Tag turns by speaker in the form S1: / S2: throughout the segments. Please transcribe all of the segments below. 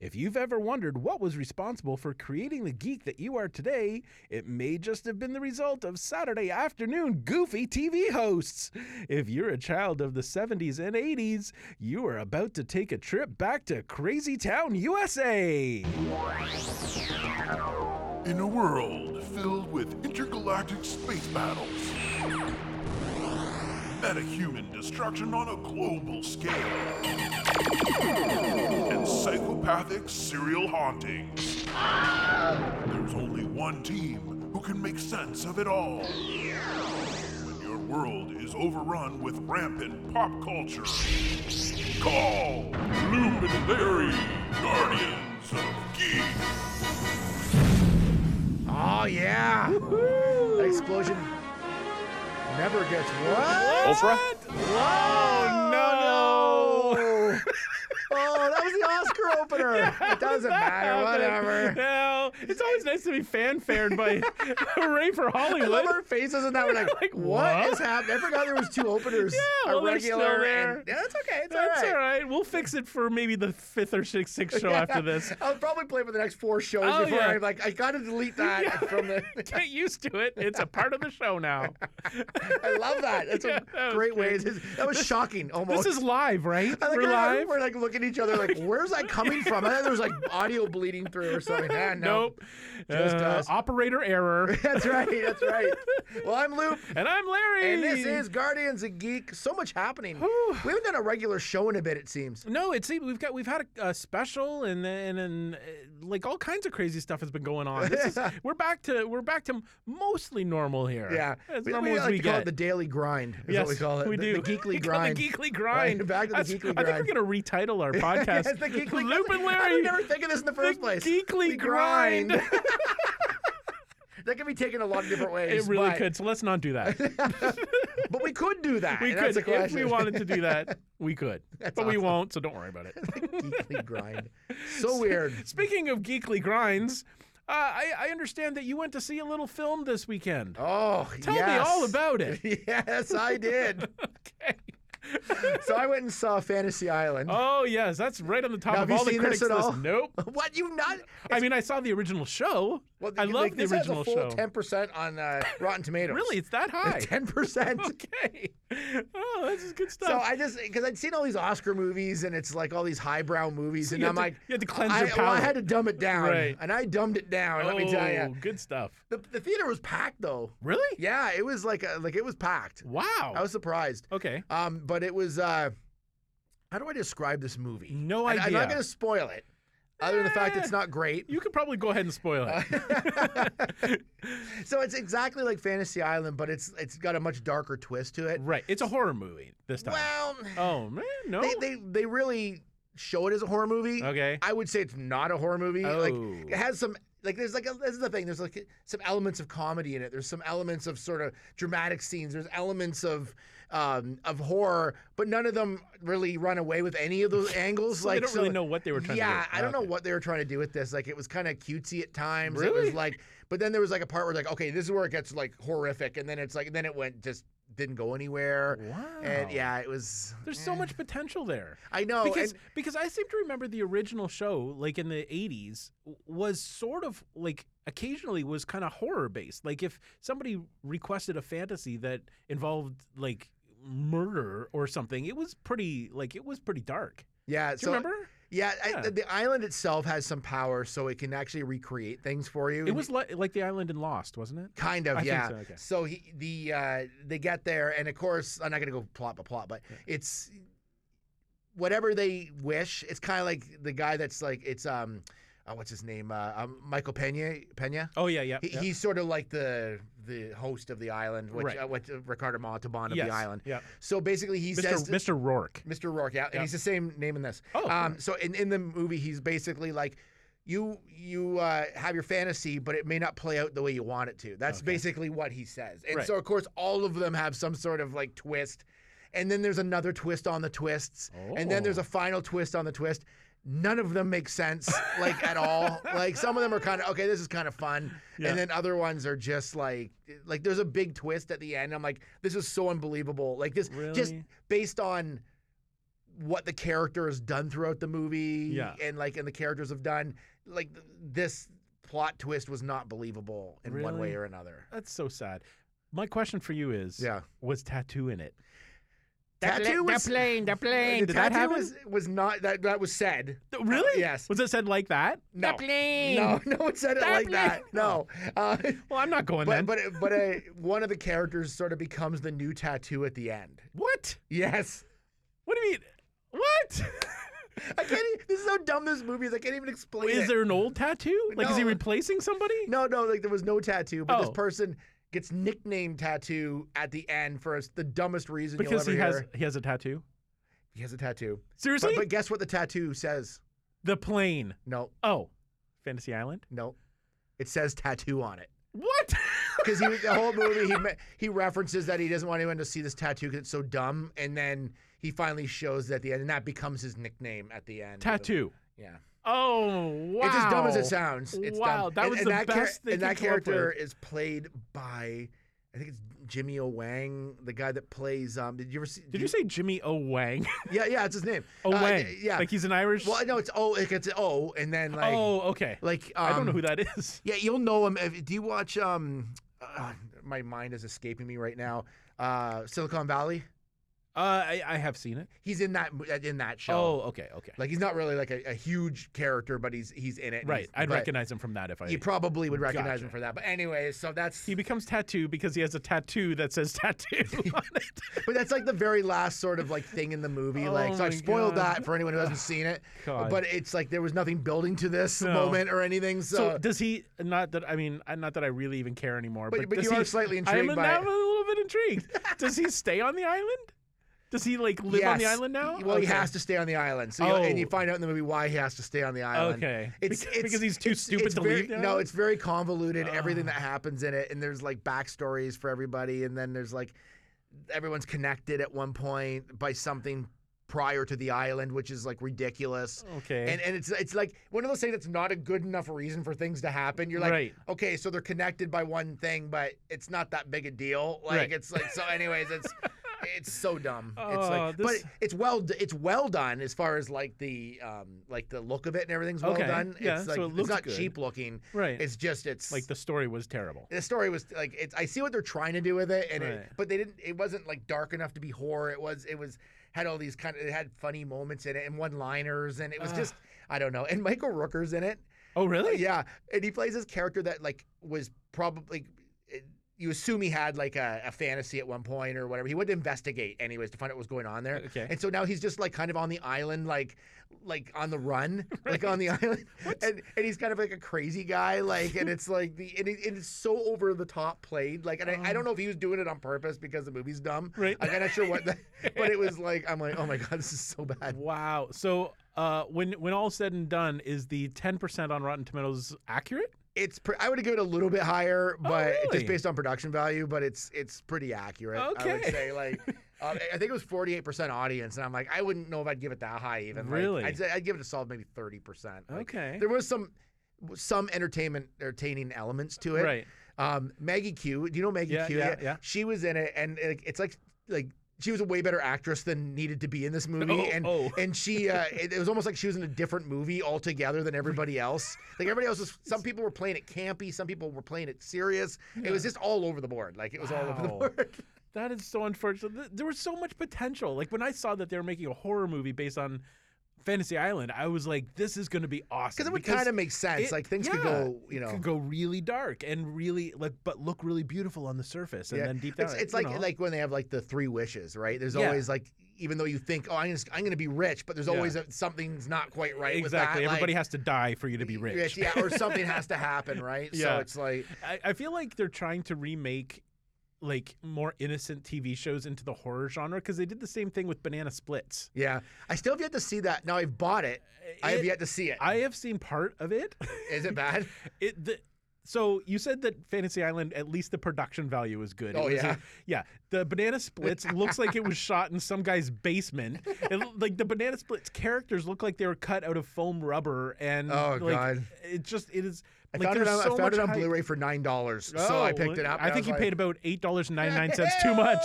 S1: If you've ever wondered what was responsible for creating the geek that you are today, it may just have been the result of Saturday afternoon goofy TV hosts. If you're a child of the 70s and 80s, you are about to take a trip back to Crazy Town, USA.
S2: In a world filled with intergalactic space battles, metahuman destruction on a global scale, and psychopathic serial hauntings, there's only one team who can make sense of it all. When your world is overrun with rampant pop culture, call Bloom and Larry, Guardians of Geek.
S3: Oh yeah! That explosion never gets what?
S4: Oprah?
S1: Oh, no!
S3: Oh, that was the Oscar opener. it doesn't matter. Whatever.
S1: No, it's always nice to be fanfared by Hooray for
S3: I love
S1: Hollywood.
S3: our faces and that we're like,
S1: Like,
S3: what
S1: what?
S3: is happening? I forgot there was two openers.
S1: Yeah, well,
S3: a
S1: they're still
S3: regular
S1: there.
S3: and yeah, that's okay. It's
S1: That's
S3: all right.
S1: all right. We'll fix it for maybe the fifth or sixth, sixth show after this.
S3: I'll probably play for the next four shows
S1: Oh,
S3: before
S1: yeah.
S3: I'm like, I gotta delete that from the.
S1: Get used to it. It's a part of the show now.
S3: I love that. That's
S1: Yeah,
S3: a
S1: that was
S3: great way.
S1: good.
S3: That was shocking almost.
S1: This is live, right?
S3: I like
S1: We're
S3: how
S1: live.
S3: We're like looking at each other like, where's that coming from? I thought there was like audio bleeding through or something. Ah, no.
S1: Nope. Uh,
S3: Just us.
S1: Operator error.
S3: That's right. That's right. Well, I'm Luke.
S1: and I'm Larry.
S3: And this is Guardians of Geek. So much happening. we haven't done a regular show in a bit, it seems.
S1: No, it's we've got we've had a, a special and and and uh, like all kinds of crazy stuff has been going on. This is, we're back to we're back to mostly normal here.
S3: Yeah.
S1: as
S3: we,
S1: normal
S3: we
S1: as
S3: like
S1: we
S3: to call
S1: get.
S3: it the daily grind, is
S1: yes,
S3: what we call it. the,
S1: do.
S3: The
S1: We
S3: geekly
S1: call it
S3: grind.
S1: The geekly grind.
S3: Right, back to the
S1: That's-
S3: geekly
S1: I
S3: grind.
S1: think we're going to retitle our podcast.
S3: Yes, the geekly
S1: Loop and
S3: How did
S1: Larry.
S3: we never think of this in the first
S1: the
S3: place?
S1: geekly
S3: We
S1: grind.
S3: that can be taken a lot of different ways.
S1: It really
S3: but,
S1: could. So let's not do that.
S3: But we could do that.
S1: We
S3: and that's
S1: could
S3: the
S1: if we
S3: question.
S1: wanted to do that. We could, but we
S3: awesome.
S1: won't. So don't worry about it.
S3: geekly grind. So weird.
S1: Speaking of geekly grinds, uh, I, I understand that you went to see a little film this weekend.
S3: Oh,
S1: Tell me all about it.
S3: Yes, I did.
S1: okay.
S3: so I went and saw Fantasy Island.
S1: Oh yes, that's right on the top
S3: Now,
S1: of
S3: have you
S1: all the
S3: seen
S1: critics
S3: this at
S1: list.
S3: all?
S1: Nope.
S3: What you not?
S1: I mean, I saw the original show. I love
S3: like,
S1: the
S3: this has
S1: original
S3: a full
S1: show.
S3: Ten percent on uh, Rotten Tomatoes.
S1: Really, it's that high.
S3: ten percent.
S1: okay. Oh, this is good stuff.
S3: So I just because I'd seen all these Oscar movies and it's like all these highbrow movies and
S1: you had
S3: I'm
S1: to-
S3: like,
S1: you had to cleanse
S3: I,
S1: your
S3: Well, I
S1: palate.
S3: had to dumb it down,
S1: Right.
S3: and I dumbed it down. Let me tell
S1: Oh,
S3: you,
S1: good stuff.
S3: the, the theater was packed though.
S1: Really?
S3: Yeah, it was like a, like it was packed.
S1: Wow.
S3: I was surprised.
S1: okay.
S3: Um, but it was uh, how do I describe this movie?
S1: No
S3: And I'm
S1: idea.
S3: not gonna spoil it, other than the fact
S1: Eh.
S3: it's not great.
S1: You could probably go ahead and spoil
S3: Uh,
S1: it.
S3: So it's exactly like Fantasy Island, but it's it's got a much darker twist to it.
S1: right. It's a horror movie this time.
S3: Well,
S1: oh man, no.
S3: they, they they really show it as a horror movie.
S1: Okay.
S3: I would say it's not a horror movie. Like
S1: Oh.
S3: it has some like there's like a, this is the thing. There's like some elements of comedy in it. There's some elements of sort of dramatic scenes. There's elements of um, of horror, but none of them really run away with any of those angles.
S1: So they
S3: like
S1: don't really know what they were trying to
S3: yeah,
S1: do.
S3: I don't know
S1: Okay.
S3: what they were trying to do with this. Like it was kind of cutesy at times. It
S1: Really?
S3: was like, but then there was like a part where like okay, this is where it gets like horrific, and then it's like then it went just didn't go anywhere. And
S1: Wow.
S3: yeah, it was. eh,
S1: There's so much potential there.
S3: I know
S1: because
S3: and-
S1: because I seem to remember the original show, like in the '80s, w- was sort of like occasionally was kind of horror based. Like if somebody requested a fantasy that involved like murder or something, it was pretty like it was pretty dark.
S3: Yeah.
S1: Do you
S3: so,
S1: remember?
S3: Yeah, I,
S1: Yeah.
S3: the- the island itself has some power, so it can actually recreate things for you.
S1: It was li- like the island in Lost, wasn't it?
S3: kind of
S1: I think
S3: Oh, yeah.
S1: so, okay.
S3: he the uh, they get there, and of course, I'm not going to go plot by plot, but it's whatever they wish. It's kind of like the guy that's like it's um, oh, what's his name? Uh, um, Michael Pena Pena.
S1: Oh yeah, yeah.
S3: He,
S1: yeah.
S3: He's sort of like the the host of the island, which
S1: Right.
S3: uh, what uh, Ricardo Montalban of
S1: Yes,
S3: the island.
S1: Yeah.
S3: So basically, he says
S1: Mr. Mr. Rourke.
S3: Mr. Rourke, yeah, and
S1: Yeah.
S3: he's the same name in this.
S1: Oh,
S3: um,
S1: cool.
S3: so in, in the movie, he's basically like, you you uh, have your fantasy, but it may not play out the way you want it to. That's
S1: Okay.
S3: basically what he says. And
S1: Right.
S3: so of course, all of them have some sort of like twist, and then there's another twist on the twists, and then there's
S1: Oh.
S3: a final twist on the twist. None of them make sense, like at all. Like some of them are kind of okay. This is kind of fun,
S1: Yeah.
S3: and then other ones are just like, like there's a big twist at the end. I'm like, this is so unbelievable. Like this, just
S1: Really?
S3: based on what the character has done throughout the movie
S1: Yeah.
S3: and like and the characters have done like th- this plot twist was not believable in one way
S1: Really?
S3: or another
S1: That's so sad. My question for you is
S3: yeah
S1: was tattoo in it?
S3: tattoo was
S1: plane, the plane.
S3: the tattoo was, was not that that was said
S1: really?
S3: yes.
S1: Was it said like that?
S3: no
S1: plane.
S3: no no one said it
S1: That
S3: like that
S1: plane.
S3: no uh,
S1: Well, I'm not going then.
S3: but but but uh, one of the characters sort of becomes the new tattoo at the end
S1: what?
S3: yes
S1: What do you mean? What?
S3: I can't. e- This is how dumb this movie is. I can't even explain
S1: Is
S3: it.
S1: there an old tattoo? Like, is he
S3: No.
S1: replacing somebody?
S3: No, no. Like there was no tattoo, but this
S1: Oh.
S3: person gets nicknamed tattoo at the end for us- the dumbest reason you'll
S1: because
S3: ever
S1: he
S3: hear.
S1: has he has a tattoo.
S3: he has a tattoo.
S1: Seriously,
S3: But, but guess what the tattoo says?
S1: the plane.
S3: No,
S1: Oh, Fantasy Island.
S3: no. It says tattoo on it.
S1: What?
S3: Because he the whole movie he me- he references that he doesn't want anyone to see this tattoo because it's so dumb, and then he finally shows it at the end, and that becomes his nickname at the end. of the-
S1: tattoo.
S3: Yeah.
S1: Oh wow.
S3: It's as dumb as it sounds. It's
S1: Wow,
S3: dumb.
S1: that was the best they
S3: And
S1: could
S3: that
S1: come up with.
S3: character is played by, I think it's Jimmy O. Wang, the guy that plays. Um, did you ever see?
S1: Did you say Jimmy O Wang?
S3: Yeah, yeah, it's his name.
S1: O
S3: Uh,
S1: Wang.
S3: yeah.
S1: Like he's an Irish.
S3: well, no, it's O. It gets O, and then like,
S1: oh, okay.
S3: like um,
S1: I don't know who that is.
S3: Yeah, you'll know him. If, do you watch? Um, uh, my mind is escaping me right now. Uh, Silicon Valley.
S1: Uh, I, I have seen it.
S3: He's in that mo- in that show.
S1: Oh, okay, okay.
S3: Like he's not really like a, a huge character, but he's he's in it. and
S1: right,
S3: he's-
S1: I'd
S3: but
S1: recognize him from that if I.
S3: You probably would recognize him
S1: Gotcha.
S3: for that. But anyway, so that's
S1: He becomes tattoo because he has a tattoo that says tattoo on it.
S3: But that's like the very last sort of like thing in the movie. like,
S1: Oh
S3: so I've
S1: my
S3: spoiled
S1: God.
S3: that for anyone who hasn't seen it.
S1: God.
S3: But it's like there was nothing building to this
S1: No.
S3: moment or anything.
S1: So
S3: So,
S1: does he? Not that I mean, uh, not that I really even care anymore.
S3: but,
S1: But,
S3: but,
S1: does
S3: you
S1: he,
S3: are slightly
S1: I'm,
S3: intrigued
S1: a-
S3: by
S1: I'm a
S3: it.
S1: little bit intrigued. does he stay on the island? Does he like live on the
S3: Yes.
S1: island now?
S3: Well, he
S1: Okay.
S3: has to stay on the island. So, you and you
S1: Oh.
S3: find out in the movie why he has to stay on the island.
S1: Okay.
S3: It's,
S1: Beca-
S3: it's-
S1: because he's too
S3: it's-
S1: stupid
S3: it's
S1: to
S3: very,
S1: leave. the
S3: No,
S1: island?
S3: it's very convoluted. Everything
S1: Ah.
S3: that happens in it, and there's like backstories for everybody, and then there's like everyone's connected at one point by something prior to the island, which is like ridiculous.
S1: okay.
S3: And and it's it's like one of those things that's not a good enough reason for things to happen. You're like,
S1: right.
S3: okay, so they're connected by one thing, but it's not that big a deal. Like
S1: Right.
S3: it's like so. Anyways, it's it's so dumb. it's
S1: Oh,
S3: like,
S1: this-
S3: but it's well d- it's well done as far as like the um like the look of it and everything's well
S1: Okay,
S3: done.
S1: yeah,
S3: it's
S1: so
S3: like
S1: it
S3: it's
S1: looks
S3: not
S1: good.
S3: cheap looking.
S1: Right.
S3: It's just it's
S1: like the story was terrible.
S3: the story was like it's I see what they're trying to do with it and it,
S1: Right.
S3: but they didn't it wasn't like dark enough to be horror it was it was had all these kind of it had funny moments in it and one liners and it was
S1: Ugh.
S3: just I don't know and Michael Rooker's in it
S1: Oh, Ah. really?
S3: yeah and he plays this character that like was probably it, you assume he had like a, a fantasy at one point or whatever he went to investigate anyways to find out what was going on there
S1: Okay.
S3: and so now he's just like kind of on the island like like on the run like on the island and, and he's kind of like a crazy guy like and it's like the and, it, and it's so over the top played like and I,
S1: Oh.
S3: I don't know if he was doing it on purpose because the movie's dumb
S1: Right.
S3: like, i'm not sure what the, but it was like i'm like oh my god this is so bad
S1: Wow. So uh, when when all said and done, is the ten percent on Rotten Tomatoes accurate?
S3: it's pre- I would have given it a little bit higher, but
S1: Oh, really?
S3: just based on production value. But it's it's pretty accurate. I would
S1: Okay.
S3: say like um, I think it was forty eight percent audience, and I'm like I wouldn't know if I'd give it that high even. Like,
S1: Really?
S3: I'd say I'd give it a solid maybe thirty percent.
S1: Okay.
S3: there was some some entertainment entertaining elements to it.
S1: Right.
S3: Um, Maggie Q. Do you know Maggie
S1: Yeah,
S3: Q?
S1: yeah, yeah.
S3: She was in it, and it, it's like like she was a way better actress than needed to be in this movie.
S1: Oh,
S3: and
S1: oh.
S3: and she uh, it, it was almost like she was in a different movie altogether than everybody else. Like everybody else was. Some people were playing it campy. Some people were playing it serious. It was just all over the board. Like it was all over the
S1: Wow.
S3: board.
S1: That is so unfortunate. Th- There was so much potential. Like when I saw that they were making a horror movie based on Fantasy Island, I was like, "This is going to be awesome."
S3: Because it would kind of make sense.
S1: it-
S3: like things could
S1: yeah,
S3: go. You
S1: it
S3: know.
S1: could go really dark and really like, but look really beautiful on the surface, and
S3: Yeah.
S1: then deep down,
S3: It's,
S1: it-
S3: it's
S1: you
S3: like
S1: know.
S3: like when they have like the three wishes, right? There's
S1: Yeah.
S3: always like, even though you think, oh, I'm gonna, I'm gonna be rich, but there's
S1: Yeah.
S3: always a, something's not quite right with that.
S1: exactly. Everybody
S3: like-
S1: has to die for you to be rich.
S3: yeah, or something has to happen, right?
S1: Yeah.
S3: So it's like,
S1: I, I feel like they're trying to remake like more innocent TV shows into the horror genre because they did the same thing with Banana Splits.
S3: yeah. I still have yet to see that. Now I've bought it. I have
S1: It-
S3: yet to see it. Is
S1: I have seen part of it.
S3: it bad?
S1: It the, so you said that Fantasy Island, at least the production value is good. It
S3: Oh,
S1: was a-
S3: yeah.
S1: yeah. The Banana Splits looks like it was shot in some guy's basement. It, lo- like the Banana Splits characters look like they were cut out of foam rubber, and
S3: Oh,
S1: like,
S3: God.
S1: it just it is.
S3: I
S1: like,
S3: found it
S1: there's
S3: on, I
S1: so
S3: found it
S1: much
S3: on
S1: hype.
S3: Blu-ray for nine dollars, so I
S1: Oh,
S3: picked it up.
S1: I
S3: and
S1: think
S3: was
S1: you
S3: like,
S1: paid about eight dollars and ninety nine cents too much.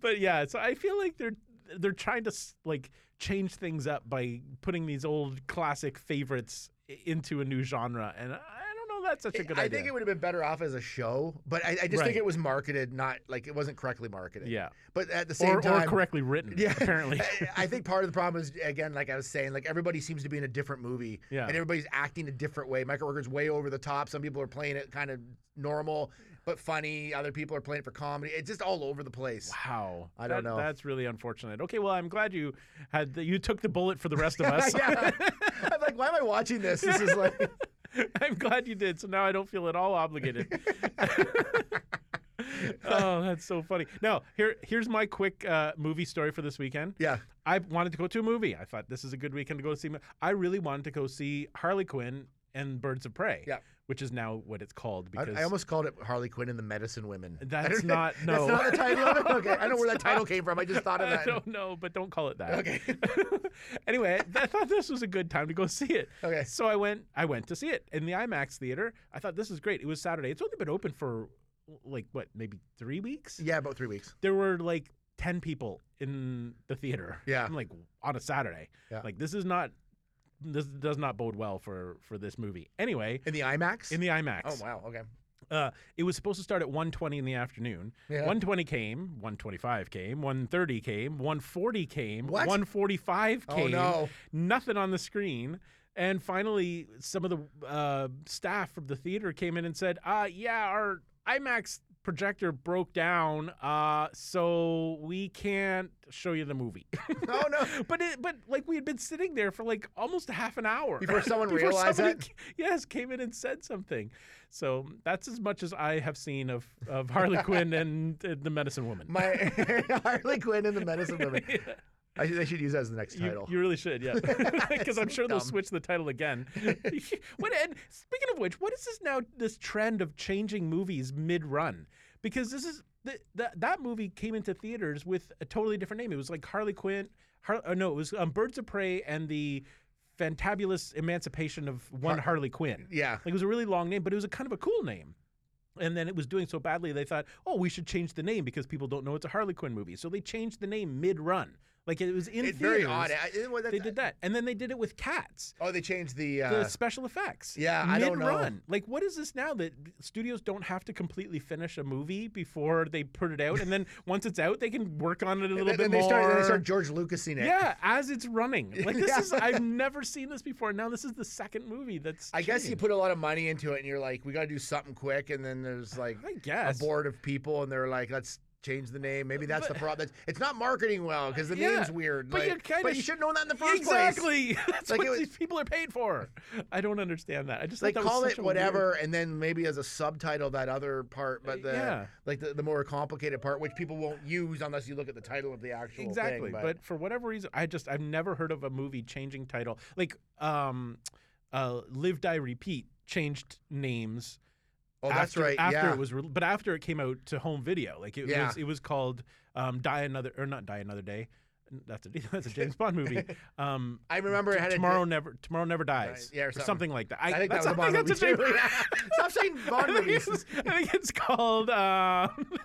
S1: but yeah, so I feel like they're they're trying to s- like change things up by putting these old classic favorites i- into a new genre, and I don't know that's such a good
S3: I
S1: idea.
S3: think it would have been better off as a show, but I, I just
S1: Right.
S3: think it was marketed not like it wasn't correctly marketed.
S1: yeah,
S3: But at the same
S1: or, or
S3: time,
S1: correctly written.
S3: Yeah.
S1: apparently.
S3: I- I think part of the problem is again, like I was saying, like everybody seems to be in a different movie,
S1: Yeah.
S3: and everybody's acting a different way. Michael Rooker's way over the top. Some people are playing it kind of normal but funny. Other people are playing it for comedy. It's just all over the place.
S1: Wow,
S3: I don't
S1: That-
S3: know.
S1: That's really unfortunate. Okay, well, I'm glad you had the, you took the bullet for the rest of us.
S3: yeah. I'm like, why am I watching this? This is like,
S1: I'm glad you did. So now I don't feel at all obligated. oh, that's so funny. Now, here here's my quick uh, movie story for this weekend.
S3: yeah,
S1: I wanted to go to a movie. I thought this is a good weekend to go see. mo- I really wanted to go see Harley Quinn and Birds of Prey.
S3: Yeah.
S1: which is now what it's called
S3: I,
S1: because
S3: I almost called it Harley Quinn and the Medicine Women. I
S1: That's
S3: don't-
S1: not- no.
S3: That's not the title of it. Okay, I don't know where that
S1: It's not.
S3: title came from. I just thought of
S1: I
S3: that.
S1: don't know, but don't call it that.
S3: Okay.
S1: anyway, I thought this was a good time to go see it.
S3: Okay.
S1: So I went. I went to see it in the IMAX theater. I thought this is great. It was Saturday. It's only been open for like what, maybe three weeks.
S3: Yeah, about three weeks.
S1: There were like ten people in the theater.
S3: Yeah.
S1: I'm like on a Saturday.
S3: Yeah.
S1: Like this is not. This does not bode well for for this movie. Anyway,
S3: In the IMAX.
S1: in the IMAX.
S3: oh wow. Okay.
S1: Uh, it was supposed to start at 1.20 in the afternoon.
S3: Yeah.
S1: 1.20 came, 1.25 came, 1.30 came, 1.40 came,
S3: What?
S1: 1.45
S3: Oh,
S1: came.
S3: no.
S1: Nothing on the screen. And finally, some of the uh, staff from the theater came in and said, uh, yeah, our IMAX projector broke down, uh, so we can't show you the movie.
S3: Oh no.
S1: But it, but like we had been sitting there for like almost a half an hour
S3: Before someone realized
S1: somebody
S3: that?
S1: ca- Yes, came in and said something. So that's as much as I have seen of of Harley Quinn and uh, the Medicine Woman.
S3: My Harley Quinn and the Medicine Women. I should, they should use that as the next
S1: You,
S3: title.
S1: you really should, yeah, because I'm
S3: So
S1: sure they'll
S3: dumb.
S1: switch the title again. what? And speaking of which, what is this now? This trend of changing movies mid-run because this is the, the, that movie came into theaters with a totally different name. It was like Harley Quinn. Har, uh, no, it was um, Birds of Prey and the Fantabulous Emancipation of One Harley Quinn.
S3: yeah.
S1: Like it was a really long name, but it was a kind of a cool name. And then it was doing so badly, they thought, oh, we should change the name because people don't know it's a Harley Quinn movie. So they changed the name mid-run. Like it was in
S3: It's
S1: theaters.
S3: very odd. I, it, well,
S1: They
S3: that's-
S1: did that, and then they did it with cats.
S3: Oh, they changed the. Uh,
S1: The special effects.
S3: yeah, I don't know.
S1: Mid-run. Like, what is this now that studios don't have to completely finish a movie before they put it out, and then once it's out, they can work on it a little
S3: then,
S1: bit
S3: then they
S1: more.
S3: start. Then they start George Lucasing it.
S1: yeah, as it's running. Like this
S3: Yeah.
S1: is I've never seen this before. Now this is the second movie that's.
S3: I guess you
S1: changed.
S3: put a lot of money into it, and you're like, we got to do something quick, and then there's like
S1: I
S3: a
S1: guess.
S3: board of people, and they're like, let's change the name. Maybe that's the problem. It's not marketing well because the
S1: Yeah,
S3: name's weird.
S1: but you
S3: like-
S1: kinda
S3: but you
S1: sh-
S3: should have known that in the first place.
S1: exactly. That's
S3: Like,
S1: what
S3: it was-
S1: these people are paid for. I don't understand that. I just
S3: They
S1: thought that was
S3: call
S1: such
S3: it
S1: a
S3: whatever,
S1: weird-
S3: and then maybe as a subtitle that other part, but the
S1: Uh, yeah.
S3: like the, the more complicated part, which people won't use unless you look at the title of the actual
S1: Exactly,
S3: thing.
S1: but. for whatever reason, I just I've never heard of a movie changing title. Like, um, uh, Live Die Repeat changed names.
S3: oh, that's
S1: after,
S3: right.
S1: After
S3: yeah.
S1: it was, re- but after it came out to home video, like it
S3: Yeah.
S1: was, it was called um, Die Another or not Die Another Day. That's a that's a James Bond movie. Um,
S3: I remember it had
S1: tomorrow
S3: A,
S1: never tomorrow never dies.
S3: yeah, or something.
S1: like that.
S3: I think
S1: that's-
S3: that was a Bond
S1: I think
S3: movie
S1: that's a
S3: too.
S1: James-
S3: Stop saying Bond
S1: I think
S3: movies.
S1: it's- I think it's called um,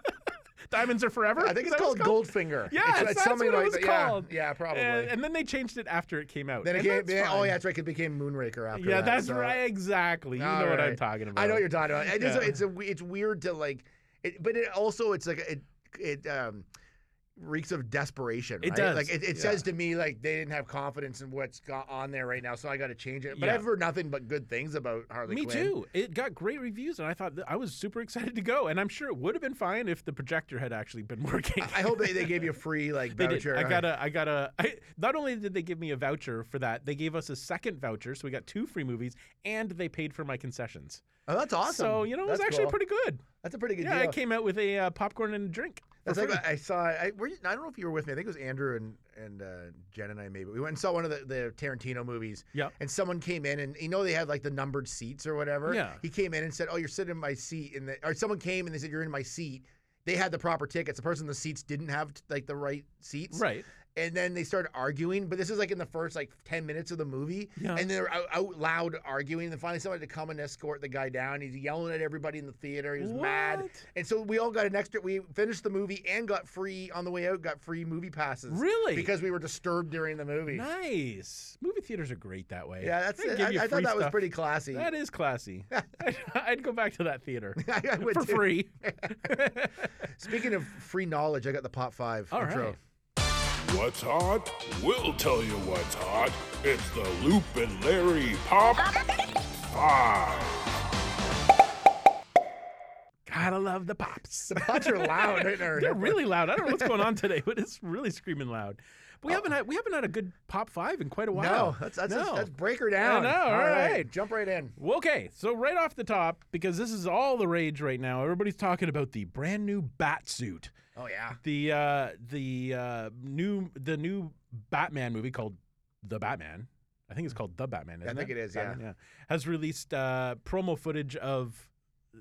S1: Diamonds Are Forever.
S3: I think
S1: Is
S3: it's
S1: that what
S3: called Goldfinger.
S1: Yeah,
S3: it's,
S1: that's
S3: something
S1: what it
S3: like
S1: was
S3: that.
S1: called.
S3: Yeah, yeah, probably.
S1: And, and then they changed it after it came out.
S3: then it
S1: and
S3: came,
S1: that's
S3: yeah, oh
S1: fine.
S3: yeah, that's right. It became Moonraker after.
S1: yeah,
S3: that,
S1: that's
S3: so-
S1: right. Exactly. You know
S3: All
S1: what I'm
S3: right.
S1: talking about.
S3: I know what you're talking about. It is a-
S1: Yeah.
S3: it's a we- it's weird to like, it, but it also it's like it it um, reeks of desperation.
S1: It
S3: right?
S1: does,
S3: Like it, it
S1: yeah.
S3: says to me like they didn't have confidence in what's got on there right now, so I got to change it. But
S1: Yeah.
S3: I've heard nothing but good things about Harley.
S1: Me
S3: Quinn.
S1: too. It got great reviews, and I thought that I was super excited to go. And I'm sure it would have been fine if the projector had actually been working.
S3: I I hope they, they gave you a free like
S1: They
S3: voucher.
S1: did. I got a. I got a. I, not only did they give me a voucher for that, they gave us a second voucher, so we got two free movies, and they paid for my concessions.
S3: Oh, that's awesome.
S1: So you know, it was
S3: That's
S1: actually
S3: cool.
S1: pretty good.
S3: That's a pretty good
S1: yeah,
S3: deal.
S1: I came out with a uh, popcorn and a drink. for
S3: That's like
S1: free.
S3: I I saw. I, were you, I don't know if you were with me. I think it was Andrew and and uh, Jen and I maybe. We went and saw one of the, the Tarantino movies.
S1: Yep.
S3: And someone came in and you know they had like the numbered seats or whatever.
S1: Yeah.
S3: He came in and said, "Oh, you're sitting in my seat," and the, or someone came and they said, "You're in my seat." They had the proper tickets. The person in the seats didn't have like the right seats.
S1: right.
S3: and then they start arguing. But this is like in the first like ten minutes of the movie,
S1: Yeah.
S3: and they're out, out loud arguing. And then finally, somebody had to come and escort the guy down. He's yelling at everybody in the theater. He was mad,
S1: What?
S3: and so we all got an extra. We finished the movie and got free on the way out. Got free movie passes,
S1: Really?
S3: because we were disturbed during the movie.
S1: nice. Movie theaters are great that way.
S3: Yeah, that's
S1: They
S3: it.
S1: give you
S3: I, I
S1: free
S3: thought that was
S1: stuff.
S3: pretty classy.
S1: That is classy. I'd, I'd go back to that theater
S3: I, I would
S1: for
S3: too.
S1: free.
S3: Speaking of free knowledge, I got the pop five
S1: All
S3: intro.
S1: right.
S2: What's hot? We'll tell you what's hot. It's the Loop and Larry Pop Five.
S1: Gotta love the pops.
S3: The pops are loud. Right?
S1: They're really loud. I don't know what's going on today, but it's really screaming loud. But we haven't had we haven't had a good pop five in quite a while.
S3: Oh. No, that's that's,
S1: No.
S3: that's break her down.
S1: know, all right.
S3: jump right in.
S1: Okay, so right off the top, because this is all the rage right now, everybody's talking about the brand new bat suit,
S3: Oh yeah,
S1: the uh, the uh, new the new Batman movie called The Batman. I think it's called The Batman.
S3: I
S1: Isn't
S3: think it is, yeah.
S1: Batman, yeah. Has released uh, promo footage of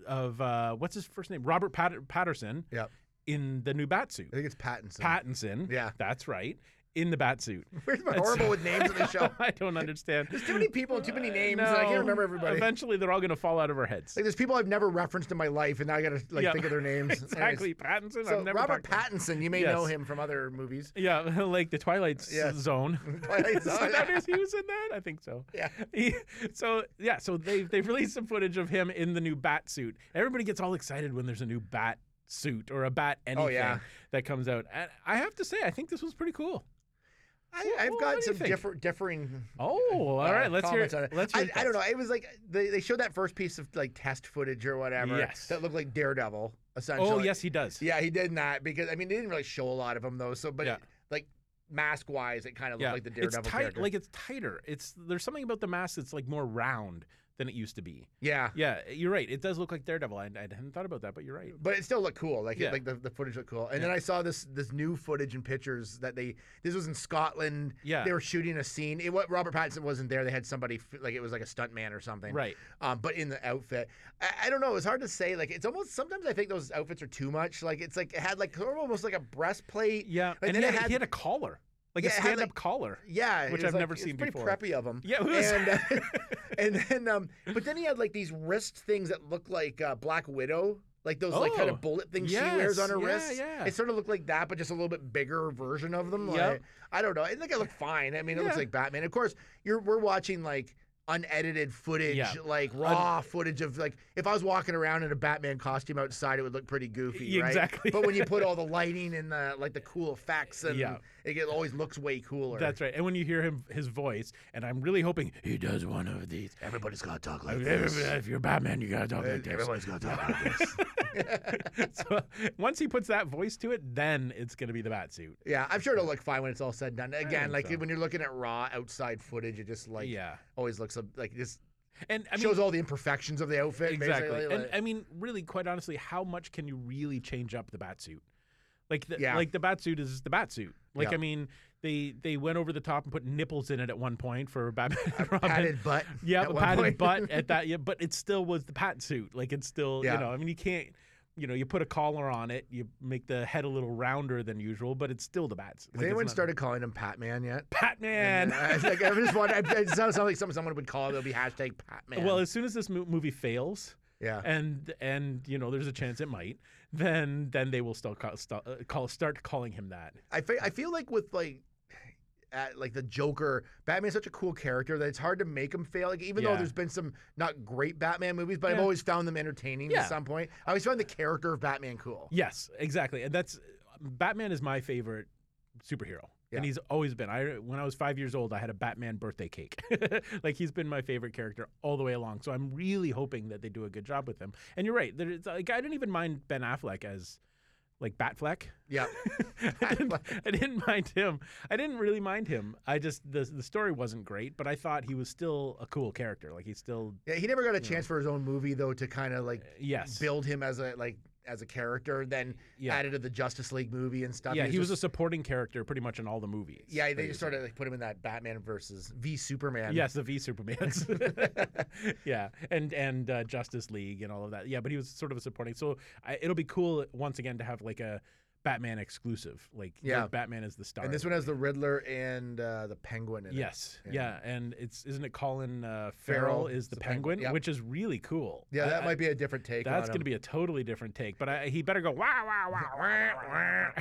S1: of uh, what's his first name, Robert Pat- Patterson.
S3: Yep.
S1: In the new bat suit,
S3: I think it's Pattinson.
S1: Pattinson.
S3: Yeah.
S1: that's right. In the bat suit.
S3: We're
S1: It's-
S3: horrible with names on the show.
S1: I don't understand.
S3: There's too many people and too many names. and I
S1: No,
S3: can't remember everybody. Like
S1: Eventually, they're all going to fall out of our heads.
S3: there's people I've never referenced in my life, and now I gotta like
S1: Yeah.
S3: think of their names. Anyways,
S1: exactly, Pattinson.
S3: So
S1: I've never
S3: Robert
S1: talked to him.
S3: Pattinson, you may
S1: Yes.
S3: know him from other movies.
S1: Yeah, like the Twilight S-
S3: Yes.
S1: Zone.
S3: Twilight
S1: Is
S3: Zone.
S1: that is- he was in that? I think so.
S3: Yeah.
S1: He- so yeah, so they've they've released some footage of him in the new bat suit. Everybody gets all excited when there's a new bat suit or a bat anything
S3: Oh, yeah.
S1: that comes out. And I have to say, I think this was pretty cool.
S3: I,
S1: Wha-
S3: I've
S1: wha-
S3: got
S1: what do you
S3: some
S1: think?
S3: differ, differing
S1: Oh, all right.
S3: uh,
S1: Let's hear.
S3: comments on it.
S1: Let's hear.
S3: I, I don't
S1: thoughts.
S3: know. It was like they, they showed that first piece of like test footage or whatever.
S1: Yes.
S3: That looked like Daredevil. Essentially.
S1: Oh yes, he does.
S3: Yeah, he did not because I mean they didn't really show a lot of him though. So, but
S1: Yeah.
S3: it- like mask wise, it kind of looked like the
S1: it's
S3: Daredevil
S1: tight.
S3: character.
S1: Like it's tighter. It's there's something about the mask that's like more round than it used to be.
S3: yeah.
S1: Yeah, you're right. It does look like Daredevil. I, I hadn't thought about that, but you're right.
S3: But it still looked cool. Like
S1: Yeah.
S3: it, like the, the footage looked cool. And then I saw this this new footage and pictures that they this was in Scotland.
S1: Yeah.
S3: They were shooting a scene. It what Robert Pattinson wasn't there. They had somebody f- like it was like a stuntman or something.
S1: Right.
S3: Um, but in the outfit, I, I don't know. It's hard to say. Like it's almost sometimes I think those outfits are too much. Like it's like it had like sort of almost like a breastplate.
S1: Yeah, and
S3: And then
S1: he,
S3: it
S1: had,
S3: had-
S1: he had a collar, like
S3: Yeah,
S1: a
S3: it had,
S1: stand-up
S3: like-
S1: collar.
S3: Yeah, it
S1: which
S3: was,
S1: I've
S3: like-
S1: never
S3: it's
S1: seen
S3: pretty
S1: before.
S3: Preppy of him.
S1: Yeah, it was.
S3: And, uh, and then, um, but then he had like these wrist things that look like uh, Black Widow, like those like kind
S1: Oh,
S3: of bullet things she wears on her
S1: yes, yeah,
S3: wrist.
S1: yeah.
S3: It sort of looked like that, but just a little bit bigger version of them.
S1: Yep.
S3: Like, I don't know. I think it looked fine. I mean, it looks
S1: Yeah.
S3: like Batman. Of course, you're we're watching like. Unedited footage,
S1: Yeah.
S3: like raw footage of like if I was walking around in a Batman costume outside, it would look pretty goofy, right?
S1: Exactly.
S3: But when you put all the lighting and the like the cool effects, and
S1: Yeah.
S3: it get- always looks way cooler.
S1: That's right. And when you hear him, his voice, and I'm really hoping he does one of these.
S3: Everybody's got to talk like
S1: If you're Batman, you gotta talk like this.
S3: got to talk like this.
S1: So once he puts that voice to it, then it's gonna be the bat suit.
S3: yeah, I'm sure it'll look fine when it's all said and done. Again,
S1: think
S3: like
S1: so.
S3: when you're looking at raw outside footage, it just like
S1: yeah,
S3: always looks a- like this
S1: and I mean,
S3: shows all the imperfections of the outfit.
S1: exactly.
S3: Basically.
S1: And
S3: like-
S1: I mean, really, quite honestly, how much can you really change up the bat suit? Like the
S3: Yeah.
S1: like the bat suit is the bat suit. Like
S3: Yeah.
S1: I mean, they they went over the top and put nipples in it at one point for Batman. and Robin.
S3: Uh, padded butt.
S1: Yeah,
S3: at
S1: a
S3: one
S1: padded
S3: point.
S1: butt at that. Yeah, but it still was the patent suit. Like it's still, you
S3: Yeah.
S1: know, I mean, you can't, you know, you put a collar on it, you make the head a little rounder than usual, but it's still the bats.
S3: Has anyone started calling him Patman yet?
S1: Batman?
S3: I, like, I just want. I- It sounds like something someone would call. it. It'll be hashtag Patman.
S1: Well, as soon as this mo- movie fails,
S3: yeah.
S1: and and you know, there's a chance it might, then then they will still call, st- uh, call start calling him that.
S3: I fe- I feel like with like at, like the Joker, Batman's such a cool character that it's hard to make him fail. Like even
S1: Yeah.
S3: though there's been some not great Batman movies, but I've
S1: Yeah.
S3: always found them entertaining
S1: Yeah.
S3: at some point. I always found the character of Batman cool.
S1: Yes, exactly, and that's Batman is my favorite superhero. And
S3: Yeah.
S1: he's always been. I when I was five years old, I had a Batman birthday cake. like he's been my favorite character all the way along. So I'm really hoping that they do a good job with him. And you're right. There's, like I didn't even mind Ben Affleck as like Batfleck.
S3: Yeah.
S1: I, didn't, I didn't mind him. I didn't really mind him. I just the the story wasn't great, but I thought he was still a cool character. Like he's still
S3: yeah. He never got a chance for his own movie though to kind of like
S1: yes.
S3: build him as a like as a character. Then
S1: Yeah.
S3: added to the Justice League movie and stuff.
S1: yeah, he was
S3: just-
S1: a supporting character pretty much in all the movies.
S3: yeah,
S1: that
S3: they
S1: he
S3: just
S1: was in.
S3: sort of like put him in that Batman versus V Superman.
S1: Yes, the V Supermans. yeah, and and uh, Justice League and all of that. Yeah, but he was sort of a supporting. So I, it'll be cool once again to have like a Batman exclusive. Like,
S3: Yeah.
S1: like Batman is the star.
S3: And this
S1: of
S3: one
S1: it.
S3: has the Riddler and uh, the Penguin in it.
S1: Yes,
S3: Yeah.
S1: yeah. and it's isn't it Colin uh,
S3: Farrell
S1: Farrell is the
S3: is the Penguin,
S1: penguin,
S3: yeah.
S1: which is really cool.
S3: Yeah,
S1: I-
S3: that
S1: I-
S3: might be a different take.
S1: that's
S3: going
S1: going to be a totally different take. But I, he better go wow wow wow wow.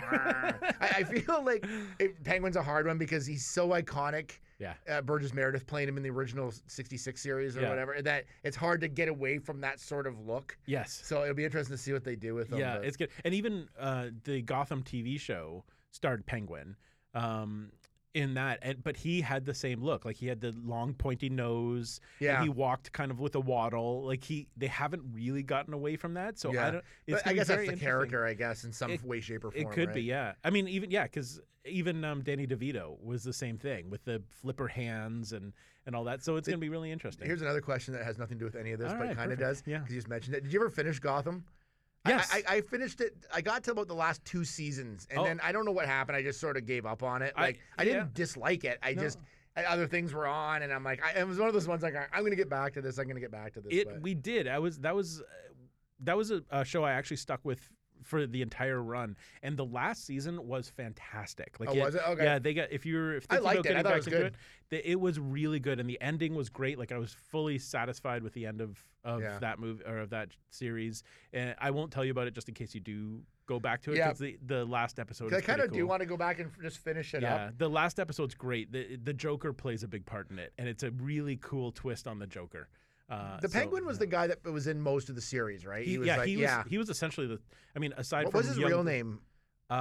S3: I, I feel like it, Penguin's a hard one because he's so iconic.
S1: Yeah.
S3: Uh, Burgess Meredith playing him in the original '66 series or
S1: Yeah.
S3: whatever. That it's hard to get away from that sort of look.
S1: yes.
S3: So it'll be interesting to see what they do with him.
S1: Yeah,
S3: but-
S1: it's good. And even uh, the Gotham TV show starred Penguin. Um, in that, and but he had the same look. Like he had the long, pointy nose. and
S3: yeah.
S1: he walked kind of with a waddle. Like he, they haven't really gotten away from that. So
S3: Yeah.
S1: I don't. It's
S3: But I
S1: gonna be
S3: guess that's
S1: very
S3: the
S1: interesting.
S3: character, I guess, in some
S1: It-
S3: way, shape, or form.
S1: It could
S3: right?
S1: be, yeah. I mean, even yeah, because even um, Danny DeVito was the same thing with the flipper hands and and all that. So it's
S3: The-
S1: going to be really interesting.
S3: Here's another question that has nothing to do with any of this,
S1: All
S3: but
S1: right,
S3: kind of
S1: perfect.
S3: does.
S1: Yeah.
S3: 'cause You just mentioned it. Did you ever finish Gotham? I-
S1: yes,
S3: I, I, I finished it. I got to about the last two seasons, and
S1: Oh.
S3: then I don't know what happened. I just sort of gave up on it.
S1: I-
S3: Like I,
S1: yeah.
S3: didn't dislike it. I
S1: No.
S3: just I, other things were on, and I'm like, I, it was one of those ones like I- I'm going to get back to this. I'm going to get back to this.
S1: it
S3: but-
S1: we did. I was that was uh, that was a, a show I actually stuck with for the entire run, and the last season was fantastic. Like
S3: oh,
S1: it-
S3: was it? Okay.
S1: Yeah, they got if you're if
S3: I
S1: thinking about
S3: liked it. I
S1: getting
S3: thought it
S1: back
S3: was
S1: into
S3: good.
S1: it, the, it was really good, and the ending was great. Like I was fully satisfied with the end of of
S3: Yeah.
S1: that movie or of that series. And I won't tell you about it just in case you do go back to it
S3: Yeah.
S1: because the the last episode.
S3: 'Cause I
S1: Is
S3: kind of do
S1: cool.
S3: want to go back and f- just finish it
S1: Yeah,
S3: up.
S1: the last episode's great. The the Joker plays a big part in it, and it's a really cool twist on the Joker. Uh,
S3: The
S1: so-
S3: Penguin was the guy that was in most of the series, right?
S1: He,
S3: was
S1: yeah,
S3: like,
S1: he was
S3: yeah.
S1: he was essentially the. I mean, aside
S3: What
S1: from
S3: was his
S1: young-
S3: real name?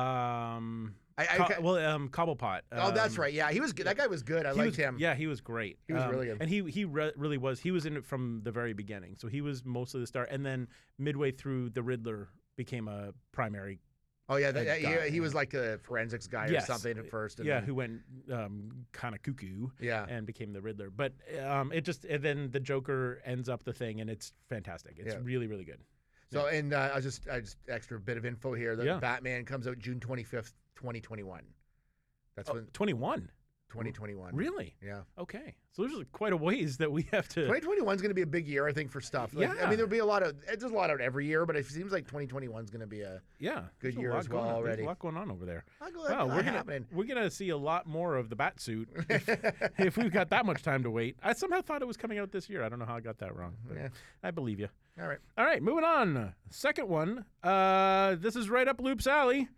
S1: Um,
S3: I, I,
S1: Co-
S3: ca-
S1: well, um, Cobblepot.
S3: oh, that's
S1: um,
S3: right. Yeah, he was good. That guy was good. I
S1: he
S3: liked
S1: was-
S3: him.
S1: Yeah, he was great. Um,
S3: He was really good.
S1: and he he re- really was. He was in it from the very beginning, so he was mostly the star. And then midway through, the Riddler became a primary.
S3: Oh yeah, that,
S1: Good guy,
S3: he, he
S1: yeah.
S3: was like a forensics guy
S1: Yes.
S3: or something at first. And
S1: yeah,
S3: then-
S1: who went um, kind of cuckoo
S3: yeah.
S1: and became the Riddler. But um, it just and then the Joker ends up the thing, and it's fantastic. It's
S3: Yeah.
S1: really really good.
S3: So, and uh, I just, I just extra bit of info here. The
S1: Yeah.
S3: Batman comes out June twenty fifth, twenty twenty one. That's when
S1: Twenty one,
S3: twenty twenty one.
S1: Oh, really?
S3: Yeah.
S1: Okay, so there's quite a ways that we have to.
S3: Twenty twenty one is going to be a big year, I think, for stuff. Like, I
S1: Yeah.
S3: mean, there'll be a lot of. eh, There's a lot out every year, but it seems like twenty twenty one is going to be a.
S1: Yeah, there's a
S3: year
S1: lot
S3: as well
S1: going on. There's
S3: already.
S1: a lot going on over there.
S3: I'll go
S1: Wow,
S3: wow,
S1: we're
S3: we're
S1: gonna
S3: happening.
S1: we're gonna see a lot more of the bat suit if, if we've got that much time to wait. I somehow thought it was coming out this year. I don't know how I got that wrong. But
S3: Yeah.
S1: I believe you.
S3: All right.
S1: All right, moving on. Second one. Uh, this is right up Loop's alley.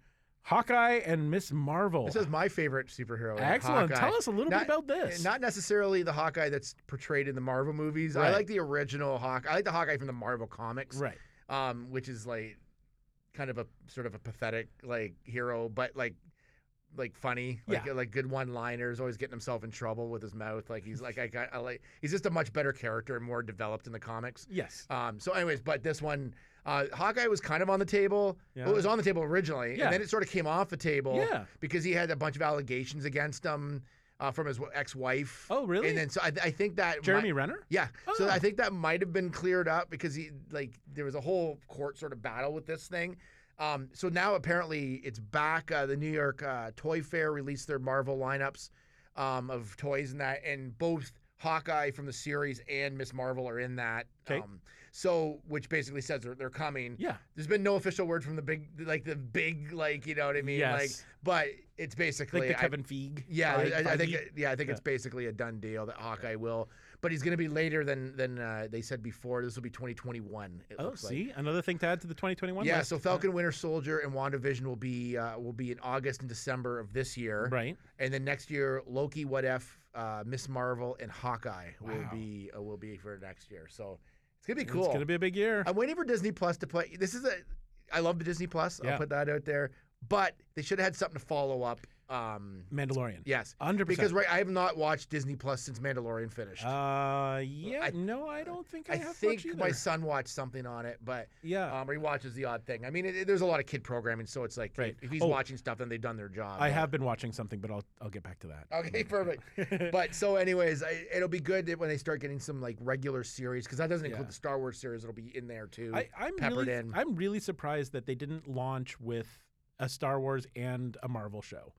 S1: Hawkeye and Miss Marvel.
S3: This is my favorite superhero.
S1: Excellent.
S3: Hawkeye.
S1: Tell us a little bit
S3: Not-
S1: about this.
S3: Not necessarily the Hawkeye that's portrayed in the Marvel movies. I
S1: Right.
S3: like the original Hawkeye. I like the Hawkeye from the Marvel comics.
S1: right.
S3: um, which is like kind of a sort of a pathetic like hero, but like like funny, like
S1: Yeah.
S3: like good one-liners, always getting himself in trouble with his mouth. Like he's like I got I like he's just a much better character and more developed in the comics.
S1: Yes.
S3: Um, so, anyways, but this one, uh, Hawkeye was kind of on the table. Well,
S1: Yeah.
S3: it was on the table originally,
S1: Yeah.
S3: and then it sort of came off the table
S1: Yeah.
S3: because he had a bunch of allegations against him uh, from his ex-wife.
S1: Oh, really?
S3: And then so I, I think that might-
S1: Jeremy Renner.
S3: yeah. So
S1: Oh.
S3: I think that might have been cleared up because he like there was a whole court sort of battle with this thing. Um, so now apparently it's back. Uh, the New York uh, Toy Fair released their Marvel lineups um, of toys and that, and both Hawkeye from the series and Miss Marvel are in that.
S1: 'Kay.
S3: Um, so which basically says they're, they're coming.
S1: Yeah.
S3: There's been no official word from the big, like the big, like you know what I mean, like.
S1: Yes.
S3: But it's basically
S1: Like the
S3: I-
S1: Kevin Feige.
S3: yeah,
S1: Feige-
S3: I, I- I think
S1: Feige.
S3: it- yeah, I think it's basically a done deal that Hawkeye will, but he's going to be later than than uh, they said before. This will be 2021. It
S1: Oh,
S3: looks like.
S1: see, another thing to add to the 2021.
S3: Yeah,
S1: list.
S3: so Falcon Winter Soldier and WandaVision will be uh, will be in August and December of this year,
S1: Right.
S3: and then next year Loki, What If, uh, Miss Marvel, and Hawkeye will
S1: Wow.
S3: be uh, will be for next year. So it's gonna be
S1: It's
S3: cool.
S1: gonna be a big year.
S3: I'm waiting for Disney Plus to play. This is a I love the Disney Plus. I'll
S1: Yeah.
S3: put that out there, but they should have had something to follow up. Um,
S1: Mandalorian.
S3: yes,
S1: Hundred percent.
S3: because right, I have not watched Disney Plus since Mandalorian finished.
S1: Uh, yeah.
S3: I-
S1: no, I don't think I,
S3: I
S1: have much
S3: think my
S1: either.
S3: son watched something on it, but
S1: yeah,
S3: um, or he watches the odd thing. I mean, it, it- there's a lot of kid programming, so it's like
S1: Right.
S3: if he's
S1: Oh.
S3: watching stuff, then they've done their job.
S1: I
S3: but-
S1: have been watching something, but I'll I'll get back to that.
S3: Okay, perfect. But so, anyways, I, it'll be good that when they start getting some like regular series because that doesn't include
S1: Yeah.
S3: the Star Wars series. It'll be in there too.
S1: I, I'm
S3: peppered
S1: really
S3: in.
S1: I'm really surprised that they didn't launch with a Star Wars and a Marvel show.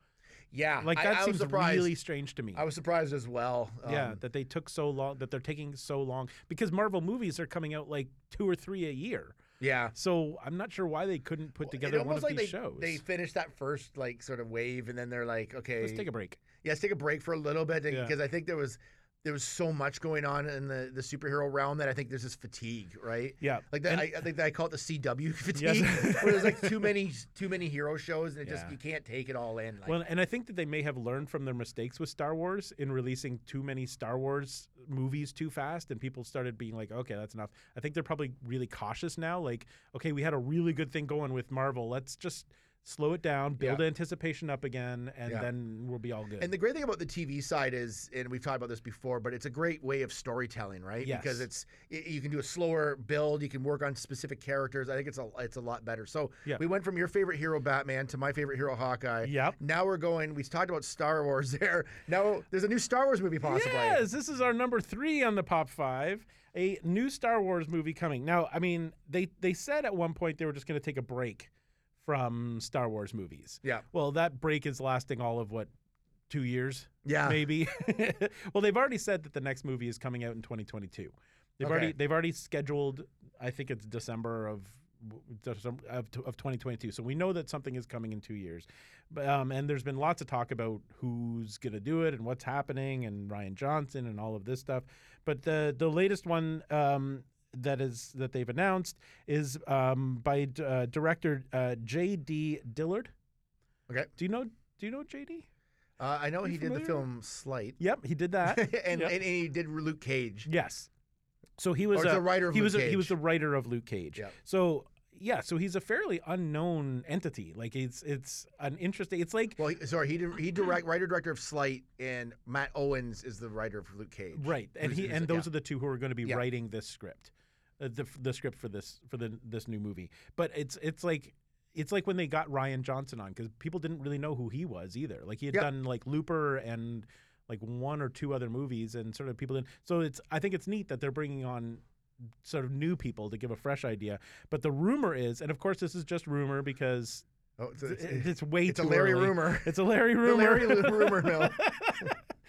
S3: yeah,
S1: Like
S3: I-
S1: that
S3: I, was
S1: seems
S3: surprised.
S1: really strange to me.
S3: I was surprised as well.
S1: yeah,
S3: um,
S1: that they took so long, that they're taking so long because Marvel movies are coming out like two or three a year.
S3: Yeah.
S1: So I'm not sure why they couldn't put together
S3: it
S1: one of
S3: almost like
S1: these
S3: they,
S1: shows.
S3: They finished that first like sort of wave, and then they're like, okay,
S1: Let's take a break.
S3: yeah, let's take a break for a little bit
S1: Yeah.
S3: because I think there was there was so much going on in the the superhero realm that I think there's this fatigue, right?
S1: Yeah.
S3: Like that,
S1: And-
S3: I, I think that I call it the CW
S1: Yes.
S3: fatigue, where there's like too many too many hero shows, and it just
S1: Yeah.
S3: you can't take it all in. Like,
S1: well, and I think that they may have learned from their mistakes with Star Wars in releasing too many Star Wars movies too fast, and people started being like, "Okay, that's enough." I think they're probably really cautious now. Like, okay, we had a really good thing going with Marvel. Let's just slow it down, build anticipation up again, and
S3: Yeah.
S1: then we'll be all good.
S3: And the great thing about the TV side is, and we've talked about this before, but it's a great way of storytelling, right?
S1: Yes.
S3: Because it's y- you can do a slower build, you can work on specific characters. I think it's a it's a lot better. So
S1: Yeah.
S3: we went from your favorite hero Batman to my favorite hero Hawkeye.
S1: Yep.
S3: Now we're going. We talked about Star Wars there. Now there's a new Star Wars movie possibly.
S1: Yes, this is our number three on the pop five. A new Star Wars movie coming. Now, I mean, they they said at one point they were just going to take a break from Star Wars movies.
S3: Yeah.
S1: Well, that break is lasting all of what two years,
S3: Yeah.
S1: maybe. well, they've already said that the next movie is coming out in 2022. They've
S3: Okay.
S1: already they've already scheduled. I think it's December of. Of, of 2022, so we know that something is coming in two years, But, um, and there's been lots of talk about who's going to do it and what's happening, and Ryan Johnson and all of this stuff. But the the latest one um, that is that they've announced is um, by d- uh, director uh, J.D. Dillard.
S3: Okay.
S1: Do you know Do you know J.D.?
S3: Uh, I know
S1: You
S3: he did
S1: familiar?
S3: the film Slight,
S1: Yep, he did that.
S3: and, and
S1: Yep.
S3: and he did Luke Cage.
S1: Yes. So he was
S3: Or the writer of
S1: he
S3: Luke
S1: was a, he
S3: Cage.
S1: was the writer of Luke Cage.
S3: Yep.
S1: So yeah, so he's a fairly unknown entity. Like it's it's an interesting. It's like
S3: Well, he, sorry, he did, he direct writer director of Slight, and Matt Owens is the writer of Luke Cage.
S1: right, and
S3: who's-
S1: he
S3: who's-
S1: and those
S3: yeah.
S1: are the two who are going to be
S3: Yeah.
S1: writing this script, uh, the the script for this for the this new movie. But it's it's like. It's like when they got Ryan Johnson on because people didn't really know who he was either. Like he had
S3: Yep.
S1: done like Looper and like one or two other movies, and sort of people didn't. So it's I think it's neat that they're bringing on sort of new people to give a fresh idea. But the rumor is, and of course this is just rumor because
S3: Oh, it's,
S1: it's,
S3: it's,
S1: it's way
S3: it's a
S1: too
S3: Larry
S1: early.
S3: rumor.
S1: It's a Larry
S3: The
S1: rumor.
S3: Larry Lu- rumor mill.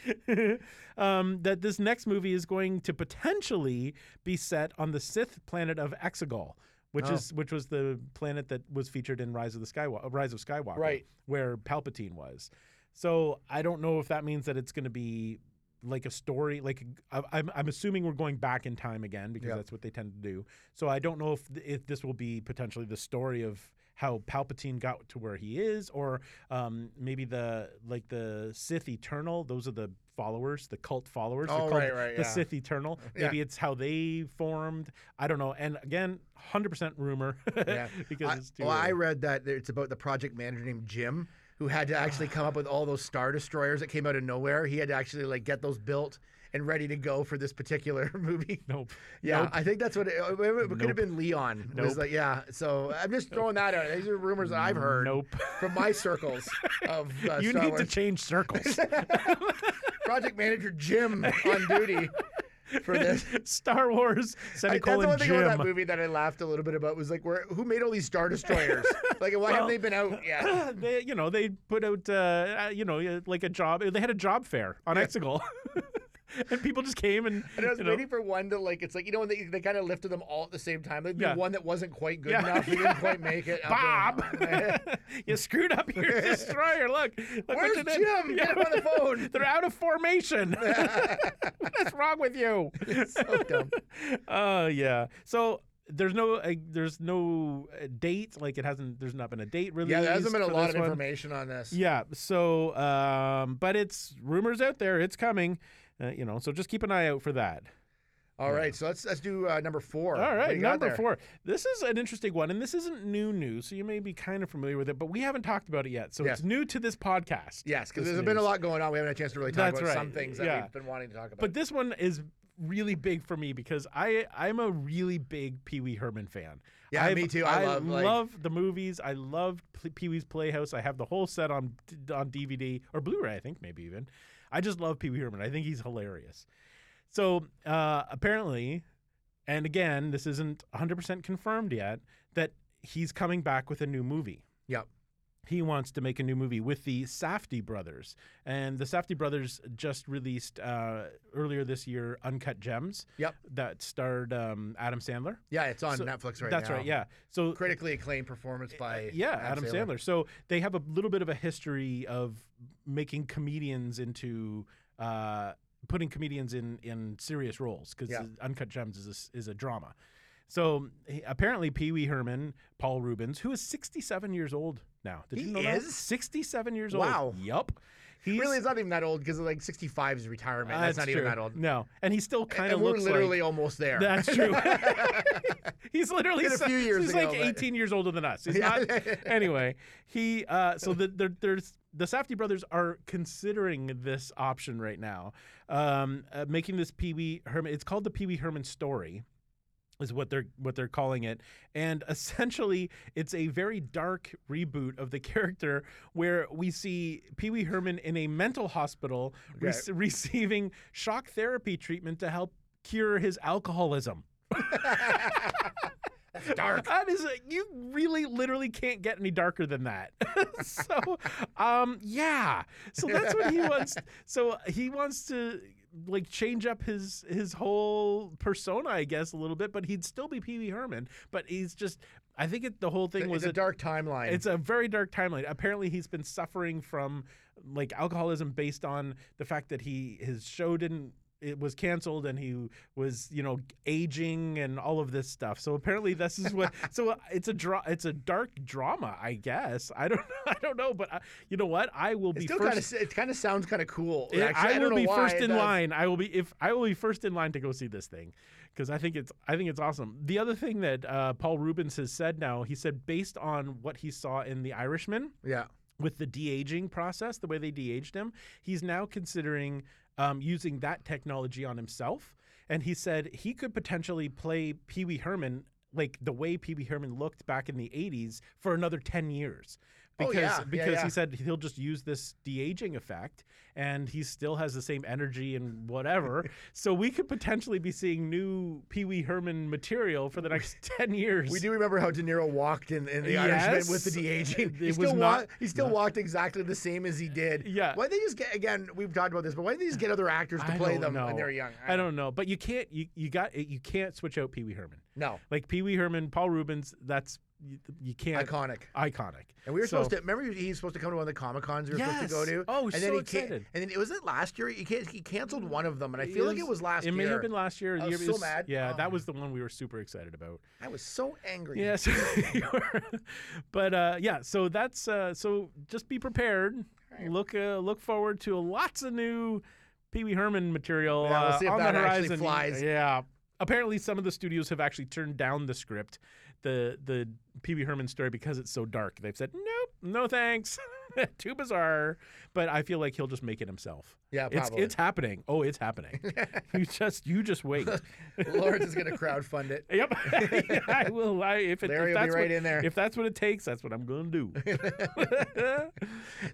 S1: um, that this next movie is going to potentially be set on the Sith planet of Exegol, which
S3: Oh.
S1: is which was the planet that was featured in Rise of the Skywalker, Rise of Skywalker,
S3: Right.
S1: where Palpatine was. So I don't know if that means that it's going to be like a story. Like I, I'm, I'm assuming we're going back in time again because
S3: Yep.
S1: that's what they tend to do. So I don't know if th- if this will be potentially the story of how Palpatine got to where he is, or um, maybe the like the Sith Eternal. Those are the followers, the cult followers. They're
S3: Oh,
S1: called
S3: right, right,
S1: The
S3: yeah.
S1: Sith Eternal.
S3: Yeah.
S1: Maybe it's how they formed. I don't know. And again, hundred percent rumor.
S3: Yeah.
S1: because
S3: I,
S1: it's too.
S3: well, I
S1: early.
S3: read that there- it's about the project manager named Jim who had to actually come up with all those star destroyers that came out of nowhere. He had to actually like get those built and ready to go for this particular movie.
S1: nope.
S3: Yeah,
S1: Nope.
S3: I think that's what it, uh, it could
S1: Nope.
S3: have been. Leon It
S1: Nope.
S3: was like, yeah. So I'm just throwing that out. These are rumors that I've heard
S1: Nope.
S3: from my circles of uh,
S1: you
S3: Star
S1: need to
S3: Wars.
S1: change circles.
S3: project manager Jim on duty for this.
S1: Star Wars
S3: I, that's the
S1: semicolon
S3: one thing about
S1: Jim.
S3: that movie that I laughed a little bit about was like, where who made all these Star Destroyers? like, why
S1: Well-
S3: haven't they been out yet?
S1: they, you know, they put out, uh, uh, you know, uh, like a job. They had a job fair on Exegol, and people just came and,
S3: And I was
S1: you know,
S3: waiting for one to like, it's like you know when they, they kind of lifted them all at the same time. There'd be
S1: Yeah.
S3: one that wasn't quite good
S1: Yeah.
S3: enough. They didn't quite make it. "Oh,
S1: Bob, you screwed up your destroyer. Look, look what
S3: Where's
S1: you did.
S3: Jim? Get him on the phone.
S1: They're out of formation. What's wrong with you?
S3: so dumb.
S1: Oh yeah. So there's no uh, there's no uh, date. Like it hasn't. There's not been a date released.
S3: Yeah, there hasn't been a
S1: for
S3: lot
S1: this
S3: of
S1: one.
S3: information on this.
S1: Yeah. So, um, but it's rumors out there. It's coming. Uh, you know. So just keep an eye out for that.
S3: All right, so let's let's do uh, number four.
S1: All
S3: What
S1: right,
S3: do you got
S1: number
S3: there?
S1: four. This is an interesting one, and this isn't new news, so you may be kind of familiar with it, but we haven't talked about it yet. So
S3: Yeah.
S1: it's new to this podcast.
S3: Yes, because
S1: This
S3: there's been a
S1: news.
S3: lot going on. We haven't had a chance to really talk
S1: That's
S3: about some
S1: right,
S3: things that
S1: yeah.
S3: we've been wanting to talk about.
S1: But this one is really big for me because I I'm a really big Pee Wee Herman fan.
S3: Yeah,
S1: I've-
S3: me too. I love, like-
S1: love the movies. I love P- Pee Wee's Playhouse. I have the whole set on on DVD or Blu-ray, I think maybe even. I just love Pee Wee Herman. I think he's hilarious. So uh, apparently, and again, this isn't 100 percent confirmed yet that he's coming back with a new movie.
S3: Yep.
S1: he wants to make a new movie with the Safdie brothers. And the Safdie brothers just released uh, earlier this year Uncut Gems.
S3: Yep.
S1: That starred um, Adam Sandler.
S3: Yeah, it's on
S1: So-
S3: Netflix right
S1: That's
S3: now.
S1: right. Yeah. So
S3: Critically acclaimed performance by
S1: yeah, Adam Sandler. So they have a little bit of a history of making comedians into uh, putting comedians in in serious roles because
S3: Yeah.
S1: Uncut Gems is a, s- is a drama. So he- apparently, Pee Wee Herman, Paul Rubens, who is 67 years old now. Did
S3: He
S1: you know that?
S3: is?
S1: 67 years
S3: Wow.
S1: old. Yup. He's
S3: Really, it's not even that old because like 65 is retirement.
S1: uh,
S3: that's
S1: it's
S3: not even
S1: true.
S3: that old.
S1: No, and he still kind of
S3: and we're
S1: looks like
S3: literally almost there.
S1: That's true. he's literally
S3: Been a
S1: so-
S3: few years
S1: he's
S3: ago,
S1: like
S3: but-
S1: 18 years older than us. He's
S3: Yeah.
S1: not, anyway, he uh, so the, the there's the Safdie brothers are considering this option right now, um, uh, making this Pee Wee Herman. It's called the Pee Wee Herman story. Is what they're what they're calling it, and essentially it's a very dark reboot of the character where we see Pee Wee Herman in a mental hospital
S3: Okay.
S1: rec- receiving shock therapy treatment to help cure his alcoholism.
S3: dark.
S1: That is, you really literally can't get any darker than that. so, um, yeah. So that's what he wants. So he wants to like change up his his whole persona, I guess, a little bit. But he'd still be Pee Wee Herman. But he's just, I think it, the whole thing was
S3: it's a dark timeline.
S1: it's a very dark timeline. Apparently, he's been suffering from like alcoholism based on the fact that he his show didn't it was canceled and he was you know aging and all of this stuff. So apparently, this is what. so uh, it's a dra- it's a dark drama, I guess. I don't I don't know, but I, you know what? I will
S3: It
S1: be
S3: still
S1: first.
S3: kind of it kind of sounds kind of cool.
S1: Yeah,
S3: actually.
S1: I
S3: don't
S1: will
S3: know
S1: be
S3: why
S1: first
S3: it
S1: in
S3: does.
S1: line. I will be if I will be first in line to go see this thing because I think it's I think it's awesome. The other thing that uh, Paul Rubens has said now, he said based on what he saw in The Irishman
S3: Yeah.
S1: with the de aging process, the way they de aged him, he's now considering um, using that technology on himself. And he said he could potentially play Pee Wee Herman like the way Pee Wee Herman looked back in the 80s for another 10 years.
S3: Oh,
S1: Because,
S3: yeah. Yeah,
S1: because
S3: yeah.
S1: he said he'll just use this de aging effect and he still has the same energy and whatever. so we could potentially be seeing new Pee Wee Herman material for the next 10 years.
S3: We do remember how De Niro walked in, in the Irishman with the
S1: Yes.
S3: de aging. He
S1: It
S3: still
S1: was
S3: wa-
S1: not-
S3: he still walked exactly the same as he did.
S1: Yeah.
S3: Why did they just get again? We've talked about this, but why did they just get other actors to
S1: I
S3: play
S1: don't
S3: them when
S1: know.
S3: they're young?
S1: I don't know, but you can't you you got you can't switch out Pee Wee Herman.
S3: know.
S1: Like Pee Wee Herman, Paul Rubens, that's you, you
S3: No.
S1: can't
S3: Iconic.
S1: iconic.
S3: And we were
S1: So-
S3: supposed to remember he was supposed to come to one of the comic cons we were supposed to go
S1: Yes.
S3: to.
S1: Oh,
S3: and
S1: so
S3: he
S1: excited.
S3: And then it was it last year. He, can, he canceled one of them, and I feel like it was last
S1: It
S3: year.
S1: may have been last year. or
S3: I
S1: the
S3: was
S1: year
S3: so
S1: before.
S3: mad.
S1: Yeah,
S3: Oh.
S1: that was the one we were super excited about.
S3: I was so angry.
S1: Yes, but uh, yeah, so that's uh, so just be prepared. Look uh, look forward to lots of new Pee Wee Herman material
S3: Yeah, we'll
S1: uh,
S3: see if
S1: on
S3: that
S1: the
S3: actually
S1: horizon.
S3: flies.
S1: Yeah, apparently some of the studios have actually turned down the script, the the Pee Wee Herman story because it's so dark. They've said nope, no thanks, too bizarre. But I feel like he'll just make it himself.
S3: Yeah,
S1: It's,
S3: probably.
S1: it's happening. Oh, it's happening. you just you just wait.
S3: Lawrence is gonna crowdfund it.
S1: Yep, I will. I, if, it, if
S3: Larry will be
S1: that's what,
S3: right in there.
S1: If that's what it takes, that's what I'm Uh, going to do.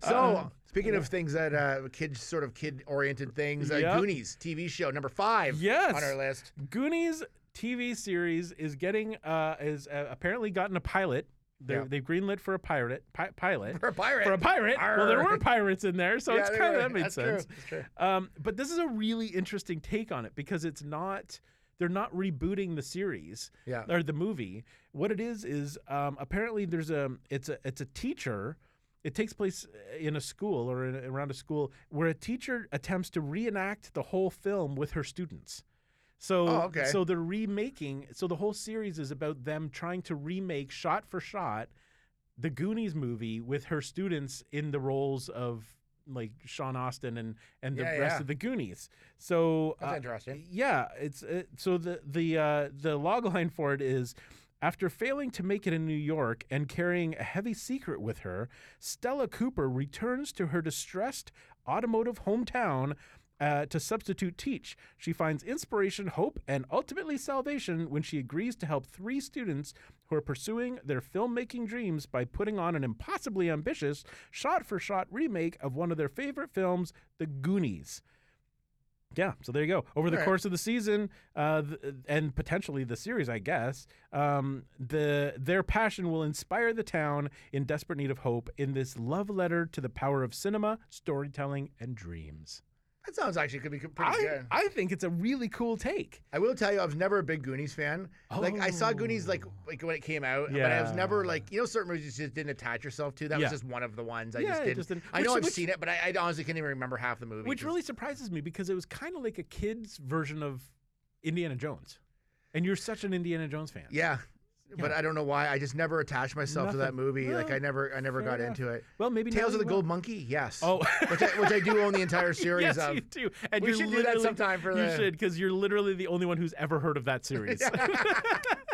S3: So speaking of things that uh, kids sort of kid oriented things, uh,
S1: Yep.
S3: Goonies TV show number five
S1: Yes.
S3: on our list.
S1: Goonies TV series is getting uh, is uh, apparently gotten a pilot. They
S3: Yeah.
S1: they've greenlit for a pirate pi- pilot
S3: For a pirate.
S1: for a pirate. Well, there
S3: Arr.
S1: were pirates in there, so
S3: Yeah,
S1: it's
S3: they
S1: kind
S3: were.
S1: of that makes
S3: That's true.
S1: sense.
S3: That's true.
S1: Um, but this is a really interesting take on it because it's not they're not rebooting the series
S3: Yeah.
S1: or the movie. What it is is um, apparently there's a it's a it's a teacher. It takes place uh, in a school or in, around a school where a teacher attempts to reenact the whole film with her students. So,
S3: Oh, okay.
S1: so they're remaking. So the whole series is about them trying to remake shot for shot the Goonies movie with her students in the roles of like Sean Austin and and the
S3: Yeah,
S1: rest
S3: yeah.
S1: of the Goonies. So
S3: That's
S1: uh,
S3: interesting.
S1: yeah, it's uh, so the the uh, the log line for it is. After failing to make it in New York and carrying a heavy secret with her, Stella Cooper returns to her distressed automotive hometown uh, to substitute teach. She finds inspiration, hope, and ultimately salvation when she agrees to help three students who are pursuing their filmmaking dreams by putting on an impossibly ambitious shot for shot remake of one of their favorite films, The Goonies. Yeah, so there you go. Over the
S3: Alright.
S1: course of the season, uh, th- and potentially the series, I guess, um, the their passion will inspire the town in desperate need of hope in this love letter to the power of cinema, storytelling, and dreams.
S3: That sounds actually could be co- pretty
S1: I,
S3: good.
S1: I think it's a really cool take.
S3: I will tell you, I was never a big Goonies fan. Like I saw Goonies like
S1: Oh.
S3: like when it came out, but I was never
S1: Yeah.
S3: like you know certain movies you just didn't attach yourself to. That
S1: Yeah.
S3: was just one of the ones I
S1: yeah,
S3: just
S1: it
S3: didn't.
S1: didn't-
S3: I
S1: which-
S3: know I've
S1: which-
S3: seen it, but I, I honestly can't even remember half the movie.
S1: which
S3: 'cause-
S1: really surprises me because it was kind of like a kid's version of Indiana Jones, and you're such an Indiana Jones fan.
S3: yeah. But
S1: Yeah.
S3: I don't know why. I just never attached myself to that
S1: Nothing.
S3: movie. like
S1: Well,
S3: I never, I never
S1: fair
S3: got
S1: enough.
S3: into it.
S1: Well, maybe now
S3: Tales
S1: you
S3: of the
S1: will.
S3: Gold Monkey, yes.
S1: Oh.
S3: which I, which I do own the entire series
S1: yes,
S3: of.
S1: you do. And
S3: We
S1: you're
S3: should do that
S1: literally-
S3: sometime for
S1: you
S3: the-
S1: should because you're literally the only one who's ever heard of that series.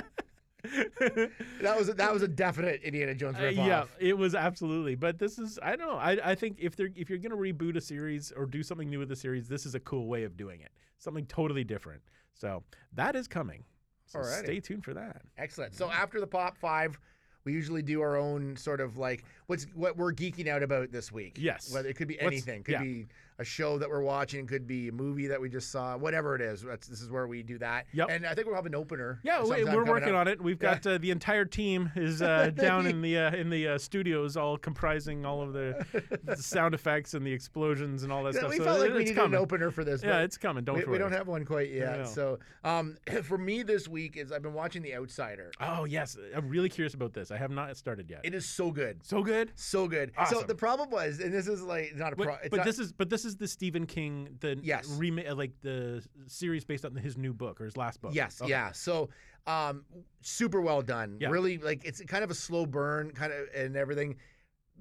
S3: That was a, that was a definite Indiana Jones
S1: Uh,
S3: ripoff.
S1: yeah, it was absolutely. But this is I don't know. I, I think if they're if you're gonna reboot a series or do something new with the series, this is a cool way of doing it. Something totally different. So that is coming. So
S3: Alrighty.
S1: stay tuned for that.
S3: Excellent. So after the pop five, we usually do our own sort of like what's what we're geeking out about this week.
S1: Yes.
S3: Whether it could be
S1: What's-
S3: anything, could
S1: yeah.
S3: be a show that we're watching, could be a movie that we just saw, whatever it is. That's, this is where we do that.
S1: Yep.
S3: And I think we'll have an opener.
S1: Yeah, we,
S3: sometime
S1: we're
S3: coming
S1: working
S3: up.
S1: on it. We've
S3: Yeah.
S1: got uh, the entire team is uh, down in the uh, in the uh, studios, all comprising all of the, the sound effects and the explosions and all that
S3: Yeah,
S1: stuff.
S3: we
S1: so
S3: felt
S1: it-
S3: like we
S1: it's
S3: needed
S1: coming.
S3: an opener for this.
S1: yeah,
S3: but
S1: it's coming. Don't
S3: we,
S1: worry.
S3: we don't have one quite
S1: know.
S3: yet. So um, for me this week is I've been watching The Outsider.
S1: Oh yes, I'm really curious about this. I have not started yet.
S3: It is so good.
S1: so good.
S3: So good. So
S1: Awesome.
S3: the problem was, and this is like not a
S1: But,
S3: pro. it's
S1: but
S3: not-
S1: this is but this is the Stephen King the
S3: Yes.
S1: remake like the series based on his new book or his last book. Oh,
S3: Yes,
S1: Okay.
S3: yeah. So, um, super well done.
S1: Yeah.
S3: Really, like it's kind of a slow burn, kind of, and everything.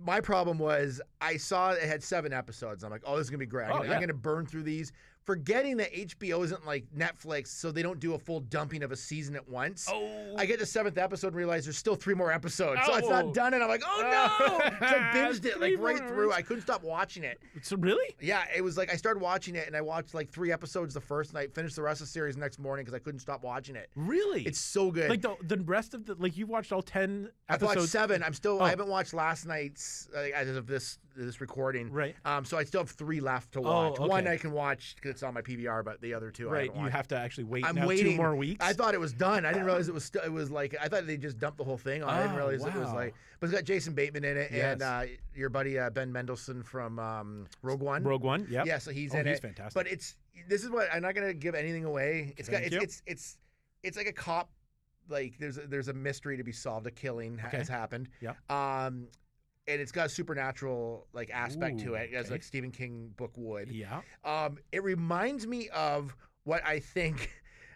S3: My problem was I saw it had seven episodes. I'm like, oh, this is gonna be great.
S1: Oh,
S3: I'm,
S1: yeah.
S3: gonna burn through these, forgetting that HBO isn't like Netflix, so they don't do a full dumping of a season at once.
S1: Oh.
S3: I get the seventh episode and realize there's still three more episodes, so it's
S1: Oh.
S3: not done, and I'm like, oh no! so I binged it
S1: Three
S3: like right
S1: more.
S3: through. I couldn't stop watching it.
S1: so really?
S3: Yeah, it was like I started watching it and I watched like three episodes the first night, finished the rest of the series the next morning because I couldn't stop watching it.
S1: Really?
S3: It's so good.
S1: like the the rest of the like you watched all 10
S3: I've watched
S1: episodes.
S3: seven. I'm still.
S1: Oh.
S3: I haven't watched last night's uh, as of this this recording.
S1: Right. Oh,
S3: Um. So I still have three left to watch. One
S1: okay.
S3: I can watch because it's on my PVR, but the other two I
S1: Right,
S3: haven't
S1: you
S3: watched.
S1: have to actually wait
S3: I'm
S1: now
S3: waiting.
S1: two more weeks.
S3: I thought it was done. I didn't realize it was. St- it was like I thought they just dumped the whole thing on. I didn't
S1: Oh,
S3: realize it was
S1: wow.
S3: like. But it's got Jason Bateman in it and
S1: Yes.
S3: uh, your buddy uh, Ben Mendelsohn from um, Rogue One.
S1: Rogue One. Yep.
S3: Yeah, so he's
S1: Oh,
S3: in
S1: he's
S3: it.
S1: fantastic.
S3: But it's this is what I'm not gonna give anything away. It's got
S1: Thank
S3: it's,
S1: you.
S3: it's it's it's like a cop. Like there's a, there's a mystery to be solved. A killing ha-
S1: Okay.
S3: has happened.
S1: Yeah.
S3: Um, and it's got a supernatural like aspect
S1: Ooh,
S3: to it, as
S1: okay.
S3: like Stephen King book would.
S1: Yeah.
S3: Um, it reminds me of what I think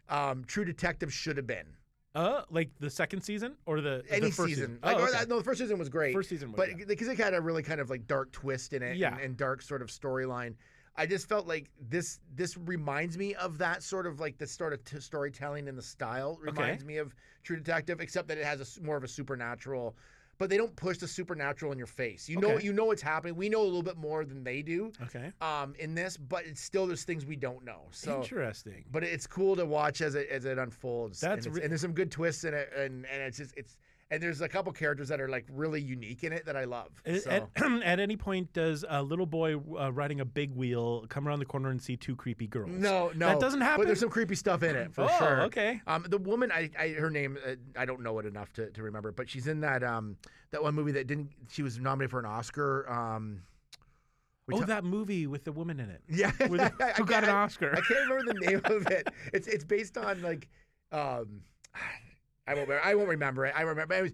S3: um, True Detective should have been.
S1: Uh like the second season or the
S3: Any
S1: the first
S3: season,
S1: season.
S3: like
S1: oh,
S3: or
S1: okay.
S3: that- no, the first season was great
S1: First season was
S3: but
S1: yeah.
S3: because it had a really kind of like dark twist in it
S1: Yeah.
S3: and, and dark sort of storyline i just felt like this this reminds me of that sort of like the sort of t- storytelling and the style reminds me of true detective except that it has a s more of a supernatural but they don't push the supernatural in your face you know
S1: Okay.
S3: you know what's happening we know a little bit more than they do
S1: Okay.
S3: um, in this but it's still there's things we don't know so
S1: Interesting.
S3: but it's cool to watch as it as it unfolds.
S1: That's
S3: and, it's-
S1: re-
S3: and there's some good twists in it, and and it's just it's and there's a couple characters that are like really unique in it that I love.
S1: At,
S3: so
S1: at, at any point, does a little boy uh, riding a big wheel come around the corner and see two creepy girls?
S3: no, no,
S1: that doesn't happen.
S3: But there's some creepy stuff in it for
S1: oh,
S3: sure.
S1: okay.
S3: Um, the woman, I, I her name, uh, I don't know it enough to, to remember, but she's in that um that one movie that didn't. She was nominated for an Oscar. Um, we
S1: oh,
S3: ta-
S1: that movie with the woman in it.
S3: yeah,
S1: With the-
S3: I
S1: who got
S3: can't-
S1: an
S3: I-
S1: Oscar?
S3: I can't remember the name of it. It's it's based on like, um, I won't remember, I won't remember it. I remember it was,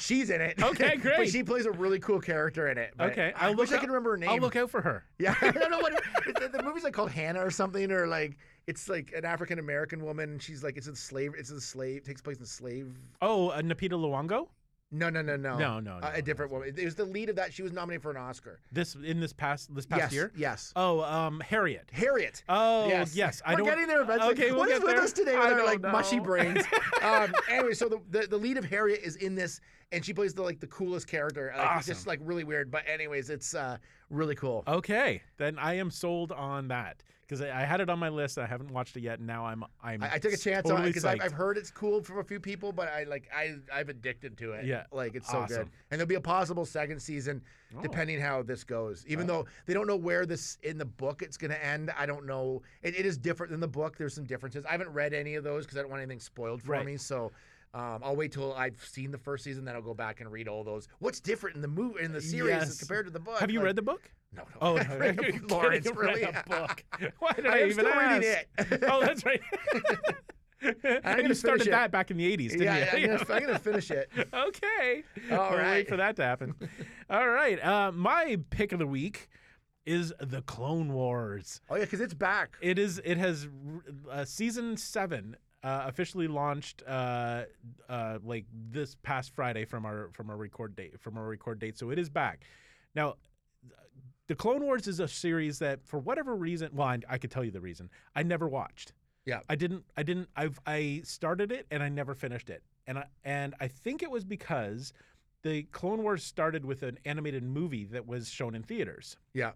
S3: she's in it.
S1: Okay,
S3: but
S1: great.
S3: she plays a really cool character in it. But
S1: Okay,
S3: I
S1: I'll
S3: wish
S1: look
S3: I could
S1: up-
S3: remember her name.
S1: I'll look out for her.
S3: Yeah, I don't know what it, the, the movie's like called Hannah or something, or like it's like an African American woman. and She's like it's a slave. It's a slave. Takes place in slave.
S1: Oh, uh, Napita Luongo.
S3: No, no, no, no,
S1: No, no,
S3: Uh,
S1: no,
S3: a different woman. It was the lead of that. She was nominated for an Oscar.
S1: This in this past this past
S3: yes,
S1: year.
S3: yes.
S1: Oh, um, Harriet.
S3: Harriet.
S1: Oh, yes.
S3: Yes.
S1: I
S3: We're
S1: don't.
S3: getting there eventually.
S1: Okay, we'll
S3: What is
S1: get
S3: with
S1: there.
S3: us today with
S1: I
S3: our
S1: don't
S3: like mushy
S1: know.
S3: brains? um, anyway, so the, the the lead of Harriet is in this, and she plays the like the coolest character. Like, it's Just
S1: Awesome.
S3: like really weird, but anyways, it's uh, Really cool.
S1: Okay, then I am sold on that because I, I had it on my list. I haven't watched it yet. And now I'm I'm.
S3: I, I took a chance on it
S1: totally
S3: because I've,
S1: psyched.
S3: I've heard it's cool from a few people, but I like I I've addicted to it.
S1: Yeah.
S3: like it's so good.
S1: Awesome.
S3: And there'll be a possible second season,
S1: Oh.
S3: depending how this goes. Even though they don't know where this in the book it's going to end, I don't know. It, it is different than the book. There's some differences. I haven't read any of those because I don't want anything spoiled for
S1: Right.
S3: me. So. Um, I'll wait till I've seen the first season, then I'll go back and read all those. What's different in the movie in the series as
S1: Yes.
S3: compared to the book?
S1: Have you
S3: Like-
S1: read the book?
S3: No, no.
S1: Oh,
S3: I
S1: no,
S3: read
S1: you're
S3: the-
S1: kidding,
S3: Lawrence,
S1: you
S3: really.
S1: read a book. Why did
S3: I
S1: I,
S3: am
S1: even
S3: still
S1: ask?
S3: reading it.
S1: oh, that's right.
S3: I'm
S1: and
S3: gonna
S1: you started
S3: finish it.
S1: that back in the 80s, didn't
S3: yeah,
S1: you?
S3: I'm gonna- I'm gonna finish it.
S1: okay.
S3: All
S1: All right,
S3: right.
S1: for that to happen. All right. Uh, my pick of the week is the Clone Wars.
S3: Oh yeah, because it's back.
S1: It is. It has r- uh, season seven uh, officially launched uh, uh, like this past Friday from our from our record date from our record date. So it is back. Now, the Clone Wars is a series that for whatever reason, well, I, I could tell you the reason. I never watched.
S3: Yeah.
S1: I didn't. I didn't. I've. I started it and I never finished it. And I and I think it was because the Clone Wars started with an animated movie that was shown in theaters.
S3: Yeah.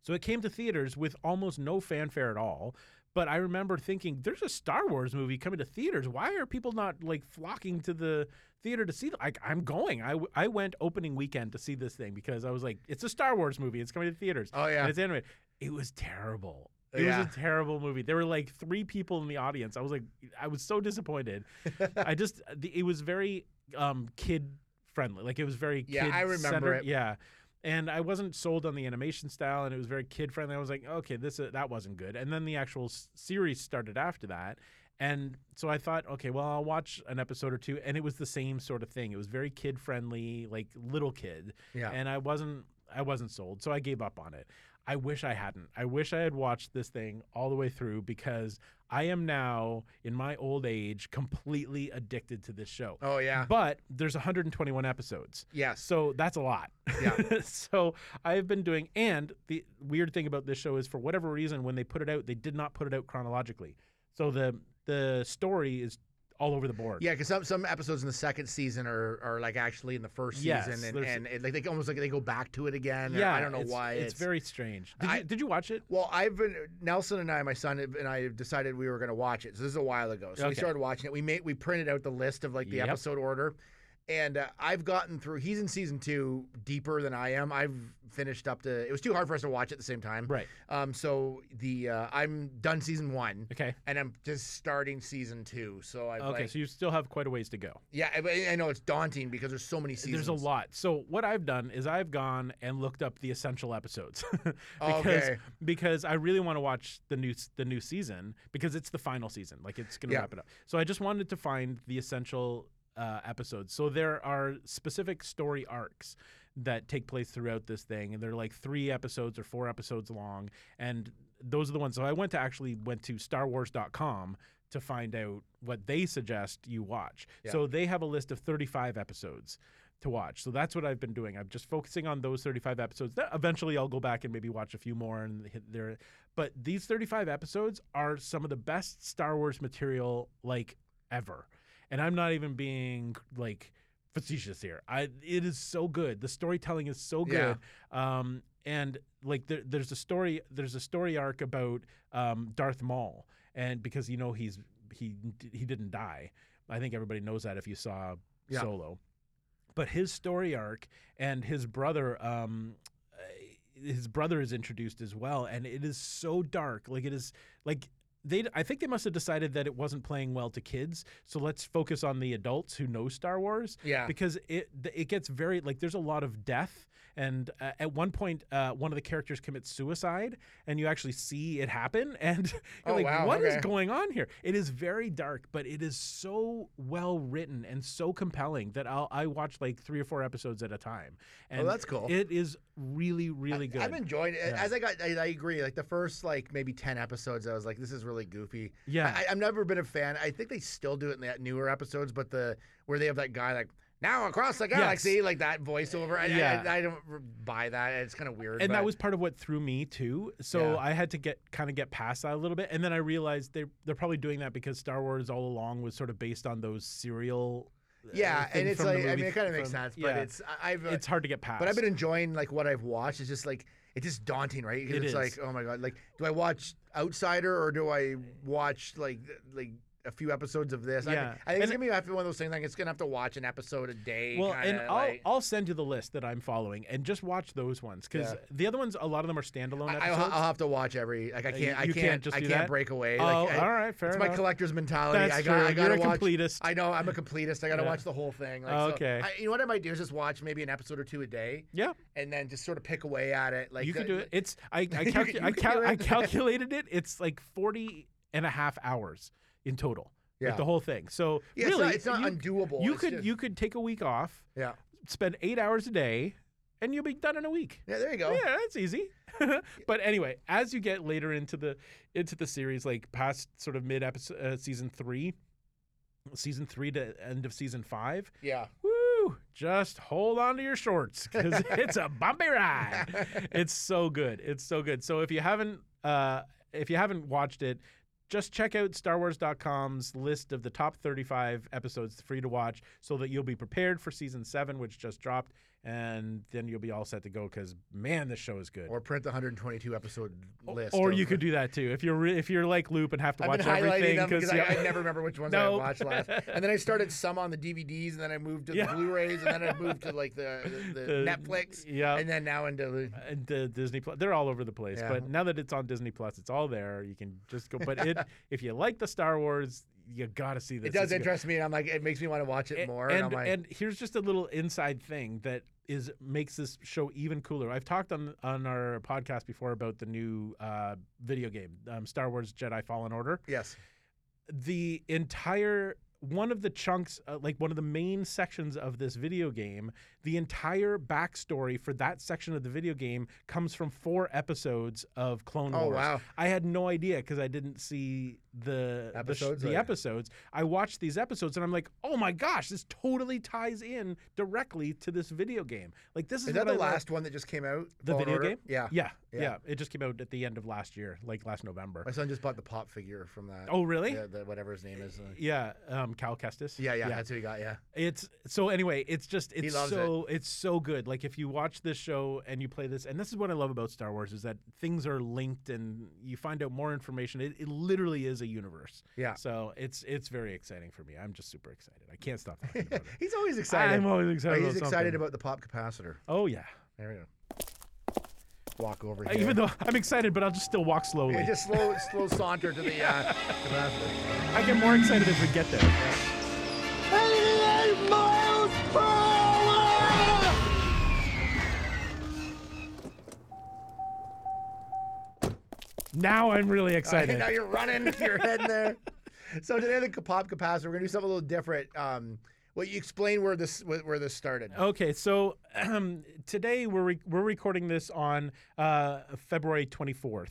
S1: So it came to theaters with almost no fanfare at all. But I remember thinking, there's a Star Wars movie coming to theaters. Why are people not like flocking to the theater to see? th- Like, I'm going. I, w- I went opening weekend to see this thing because I was like, it's a Star Wars movie. It's coming to theaters.
S3: Oh yeah.
S1: And it's animated. It was terrible. It
S3: Yeah.
S1: was a terrible movie. There were like three people in the audience. I was like, I was so disappointed. I just, the- it was very um, kid friendly. Like it was very
S3: Yeah, I remember
S1: kid-centered.
S3: it.
S1: Yeah, and I wasn't sold on the animation style, and it was very kid friendly. I was like, okay, this uh, that wasn't good. And then the actual s- series started after that, and so I thought, okay, well, I'll watch an episode or two, and it was the same sort of thing. It was very kid friendly, like little kid
S3: Yeah.
S1: and I wasn't I wasn't sold, so I gave up on it. I wish I hadn't. I wish I had watched this thing all the way through because I am now in my old age completely addicted to this show.
S3: oh yeah.
S1: But there's 121 episodes.
S3: Yes.
S1: So that's a lot.
S3: Yeah.
S1: so I've been doing and the weird thing about this show is for whatever reason when they put it out, they did not put it out chronologically. So the the story is all over the board.
S3: Yeah, because some some episodes in the second season are, are like actually in the first
S1: Yes,
S3: season, and,
S1: there's-
S3: and it, like they almost like they go back to it again. or
S1: Yeah,
S3: I don't know
S1: it's-
S3: why.
S1: It's, very strange. Did
S3: I-
S1: you did you watch it?
S3: well. I've been Nelson and I, my son have- and I, have decided we were going to watch it. So this is a while ago. So we
S1: Okay.
S3: started watching it. We made we printed out the list of like the
S1: Yep.
S3: episode order, and uh, I've gotten through. He's in season two deeper than I am. I've finished up to. It was too hard for us to watch at the same time.
S1: Right.
S3: Um. So the uh, I'm done season one,
S1: Okay.
S3: and I'm just starting season two. So I've
S1: Okay,
S3: like,
S1: so you still have quite a ways to go.
S3: Yeah, I, I know it's daunting because there's so many seasons.
S1: There's a lot. So what I've done is I've gone and looked up the essential episodes because
S3: Okay.
S1: because I really want to watch the new s- the new season because it's the final season. Like it's gonna
S3: Yeah.
S1: wrap it up. So I just wanted to find the essential uh, episodes. So there are specific story arcs that take place throughout this thing, and they're like three episodes or four episodes long, and those are the ones. So I went to actually went to StarWars.com to find out what they suggest you watch.
S3: Yeah.
S1: So they have a list of 35 episodes to watch. So that's what I've been doing. I'm just focusing on those 35 episodes. That eventually I'll go back and maybe watch a few more and hit there. But these 35 episodes are some of the best Star Wars material like ever. And I'm not even being like facetious here. I it is so good. The storytelling is so
S3: Yeah.
S1: good. Um and like there, there's a story there's a story arc about um Darth Maul and because you know he's he he didn't die. I think everybody knows that if you saw
S3: Yeah.
S1: Solo. But his story arc and his brother um uh, his brother is introduced as well and it is so dark. Like it is like they I think they must have decided that it wasn't playing well to kids. So let's focus on the adults who know Star Wars
S3: Yeah.
S1: because it th- it gets very like there's a lot of death and uh, at one point uh, one of the characters commits suicide and you actually see it happen and you're
S3: Oh,
S1: like
S3: wow,
S1: what is
S3: okay.
S1: going on here it is very dark but it is so well written and so compelling that I'll, I watch like three or four episodes at a time and
S3: Oh, that's cool.
S1: it is really really good
S3: I've enjoyed it.
S1: Yeah.
S3: As I got, I, I agree. Like the first like maybe ten episodes, I was like, this is really goofy.
S1: yeah
S3: I, I've never been a fan. I think they still do it in the newer episodes, but the where they have that guy like now across the galaxy, like that voiceover. I,
S1: Yeah.
S3: I, I, don't r- buy that. It's kind of weird.
S1: and that
S3: but-
S1: was part of what threw me too. So
S3: Yeah.
S1: I had to get kind of get past that a little bit, and then I realized they they're probably doing that because Star Wars all along was sort of based on those serial uh,
S3: yeah,
S1: thing
S3: and it's
S1: from the
S3: like I
S1: movie
S3: mean, it kind of
S1: from-
S3: makes sense, but
S1: yeah.
S3: it's I- I've uh,
S1: it's hard to get past.
S3: but I've been enjoying like what I've watched. It's just like it's just daunting, right? 'Cause
S1: It
S3: it's
S1: is.
S3: like oh my god, like do I watch Outsider or do I watch like th- like a few episodes of this? I,
S1: Yeah.
S3: think- I think it's
S1: And-
S3: gonna be have to be one of those things like it's gonna have to watch an episode a day.
S1: well,
S3: kinda,
S1: and I'll
S3: like,
S1: I'll send you the list that I'm following, and just watch those ones because
S3: Yeah.
S1: the other ones, a lot of them are standalone
S3: I,
S1: episodes.
S3: I'll, I'll have to watch every like I
S1: Uh,
S3: can't
S1: you-
S3: I
S1: you
S3: can't,
S1: can't just
S3: I
S1: do
S3: can't
S1: that?
S3: break away.
S1: oh,
S3: Like, I,
S1: all right, fair
S3: it's
S1: enough.
S3: my collector's mentality.
S1: That's
S3: I got
S1: true.
S3: I gotta
S1: You're a
S3: watch.
S1: completist.
S3: I know I'm a completist. I gotta
S1: Yeah.
S3: watch the whole thing. Like, so
S1: Okay.
S3: I, you know what I might do is just watch maybe an episode or two a day,
S1: yeah,
S3: and then just sort of pick away at it. Like
S1: you
S3: the-
S1: could do it. It's I I,
S3: You
S1: calcu-
S3: could-
S1: I,
S3: you could
S1: cal-
S3: do
S1: I
S3: it.
S1: calculated it. It's like 40 and a half hours in total.
S3: Yeah.
S1: Like the whole thing. So
S3: Yeah,
S1: really,
S3: it's not,
S1: you,
S3: it's not undoable.
S1: you
S3: it's
S1: could
S3: just-
S1: you could take a week off,
S3: yeah
S1: spend eight hours a day, and you'll be done in a week.
S3: yeah there you go.
S1: Yeah, that's easy. but anyway, as you get later into the into the series, like past sort of mid episode uh, season three, season three to end of season five,
S3: Yeah.
S1: woo! Just hold on to your shorts because it's a bumpy ride. It's so good. It's so good. So if you haven't uh, if you haven't watched it. Just check out StarWars.com's list of the top 35 episodes free to watch so that you'll be prepared for season seven, which just dropped, and then you'll be all set to go because, man, this show is good.
S3: Or print the 122 episode list.
S1: Or
S3: of-
S1: you could do that too if you're re- if you're like Loop and have to
S3: I've
S1: watch
S3: been highlighting
S1: everything
S3: them because
S1: yeah.
S3: I, I never remember which ones
S1: Nope.
S3: I watched last. And then I started some on the DVDs, and then I moved to
S1: Yeah.
S3: the Blu-rays, and then I moved to like the, the, the
S1: The-
S3: Netflix,
S1: yeah.
S3: and then now into the.
S1: and the Disney Plus. They're all over the place.
S3: Yeah.
S1: But now that it's on Disney Plus, it's all there. You can just go. But it, if you like the Star Wars, you gotta see this.
S3: It does
S1: It's good.
S3: interest me, and I'm like, it makes me want to watch it
S1: A-
S3: more.
S1: And
S3: And, I'm like,
S1: and here's just a little inside thing that is makes this show even cooler. I've talked on on our podcast before about the new uh, video game, um, Star Wars Jedi Fallen Order.
S3: yes,
S1: the entire one of the chunks uh, like one of the main sections of this video game the entire backstory for that section of the video game comes from four episodes of clone
S3: Oh,
S1: wars
S3: wow.
S1: i had no idea because i didn't see the the sh-
S3: Episodes
S1: the,
S3: or-
S1: episodes i watched these episodes and i'm like oh my gosh this totally ties in directly to this video game like this is,
S3: is that
S1: what
S3: the
S1: I love-
S3: last one that just came out?
S1: The
S3: Fallen
S1: video
S3: Order?
S1: game?
S3: Yeah.
S1: yeah, yeah
S3: Yeah.
S1: it just came out at the end of last year like last november
S3: My son just bought the pop figure from that.
S1: oh really
S3: Yeah, the, whatever his name is. uh,
S1: yeah um cal kestis
S3: yeah, yeah, that's who he got. Yeah,
S1: It's so anyway, it's just it's
S3: loves it.
S1: so it's so good. Like if you watch this show and you play this, and this is what I love about Star Wars is that things are linked and you find out more information. It, it literally is a universe.
S3: yeah.
S1: So it's it's very exciting for me. I'm just super excited. I can't stop talking about it.
S3: He's always excited.
S1: I'm always
S3: But
S1: excited.
S3: he's
S1: about
S3: excited
S1: something.
S3: about the pop capacitor.
S1: Oh yeah.
S3: There we go. Walk over here.
S1: Even though I'm excited, but I'll just still walk slowly.
S3: Yeah, just slow, slow saunter to the. Uh, capacitor.
S1: I get more excited as we get there. Now I'm really excited.
S3: now you're running with your head in there. So today, the pop capacitor, we're gonna do something a little different. Um, well, you explain where this where, where this started.
S1: Okay, so today we're re- we're recording this on uh, February 24th.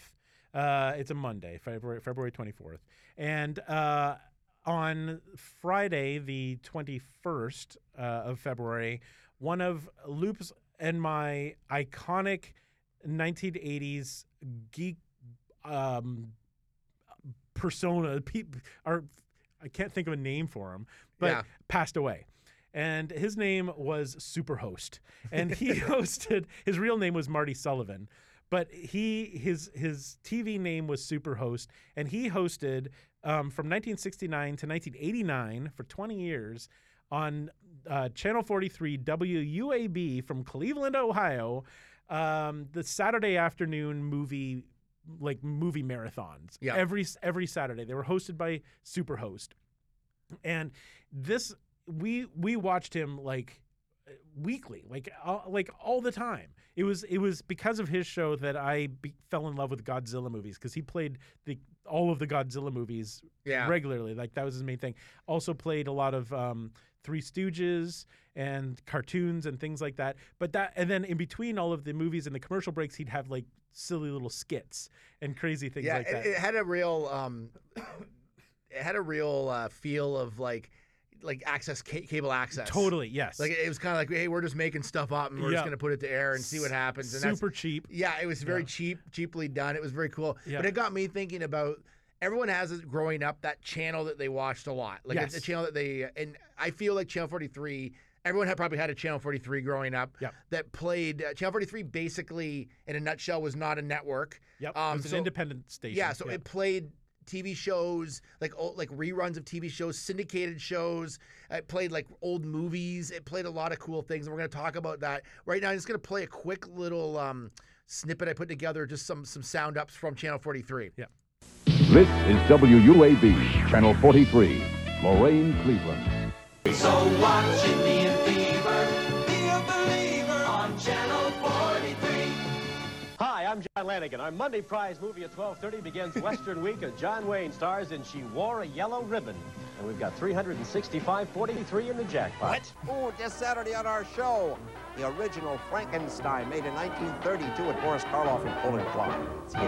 S1: Uh, it's a Monday, February February 24th, and uh, on Friday the 21st uh, of February, one of Loops and my iconic 1980s geek um, persona, pe- or I can't think of a name for him, but
S3: Yeah.
S1: passed away. And his name was Superhost, and he hosted. His real name was Marty Sullivan, but he his his TV name was Superhost, and he hosted um, from 1969 to 1989 for 20 years on uh, Channel 43 WUAB from Cleveland, Ohio, um, the Saturday afternoon movie like movie marathons.
S3: Yeah.
S1: Every every Saturday they were hosted by Superhost, and this we we watched him like weekly, like uh, like all the time. It was it was because of his show that I be, fell in love with Godzilla movies because he played the all of the Godzilla movies
S3: Yeah.
S1: regularly. Like that was his main thing. Also played a lot of um, Three Stooges and cartoons and things like that. But that and then in between all of the movies and the commercial breaks, he'd have like silly little skits and crazy things
S3: yeah,
S1: like
S3: it,
S1: that.
S3: it had a real um, it had a real uh, feel of like like access ca- cable access.
S1: totally yes.
S3: Like it was kind of like, hey, we're just making stuff up and we're
S1: Yeah.
S3: just gonna put it to air and see what happens. And that's
S1: Super cheap.
S3: Yeah, it was very
S1: Yeah.
S3: cheap, cheaply done. It was very cool.
S1: Yeah.
S3: But it got me thinking about everyone has it growing up that channel that they watched a lot. Like it's a
S1: Yes.
S3: channel that they and I feel like Channel 43. Everyone had probably had a Channel 43 growing up
S1: Yep.
S3: that played uh, Channel 43. Basically, in a nutshell, was not a network.
S1: Yep.
S3: Um,
S1: it's
S3: so-
S1: an independent station.
S3: Yeah, so it played TV shows like old, like reruns of TV shows, syndicated shows. It played like old movies. It played a lot of cool things, and we're going to talk about that right now. I'm just going to play a quick little um, snippet I put together, just some some sound ups from Channel 43.
S1: Yeah.
S4: This is WUAB, Channel 43, Lorraine, Cleveland.
S5: So watch it be a fever, be a believer on Channel 43.
S6: Hi, I'm John Lanigan. Our Monday prize movie at 12:30 begins Western Week as John Wayne stars in She Wore a Yellow Ribbon. And we've got 365.43 in the jackpot.
S7: Oh, this Saturday on our show, the original Frankenstein made in 1932 at Boris Karloff and Poland Clark. Let's get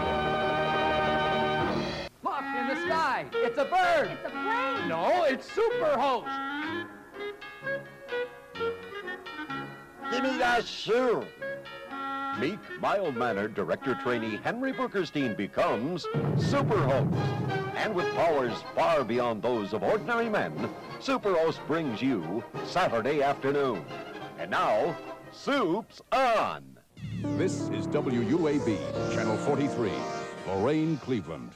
S7: it.
S8: Look in the sky. It's a bird. It's a plane. No, it's Super Host.
S9: Give me that shoe. Meek, mild-mannered director trainee Henry Burkerstein becomes Superhost. And with powers far beyond those of ordinary men, Superhost brings you Saturday afternoon. And now, Soup's on.
S4: This is WUAB, Channel 43, Lorraine, Cleveland.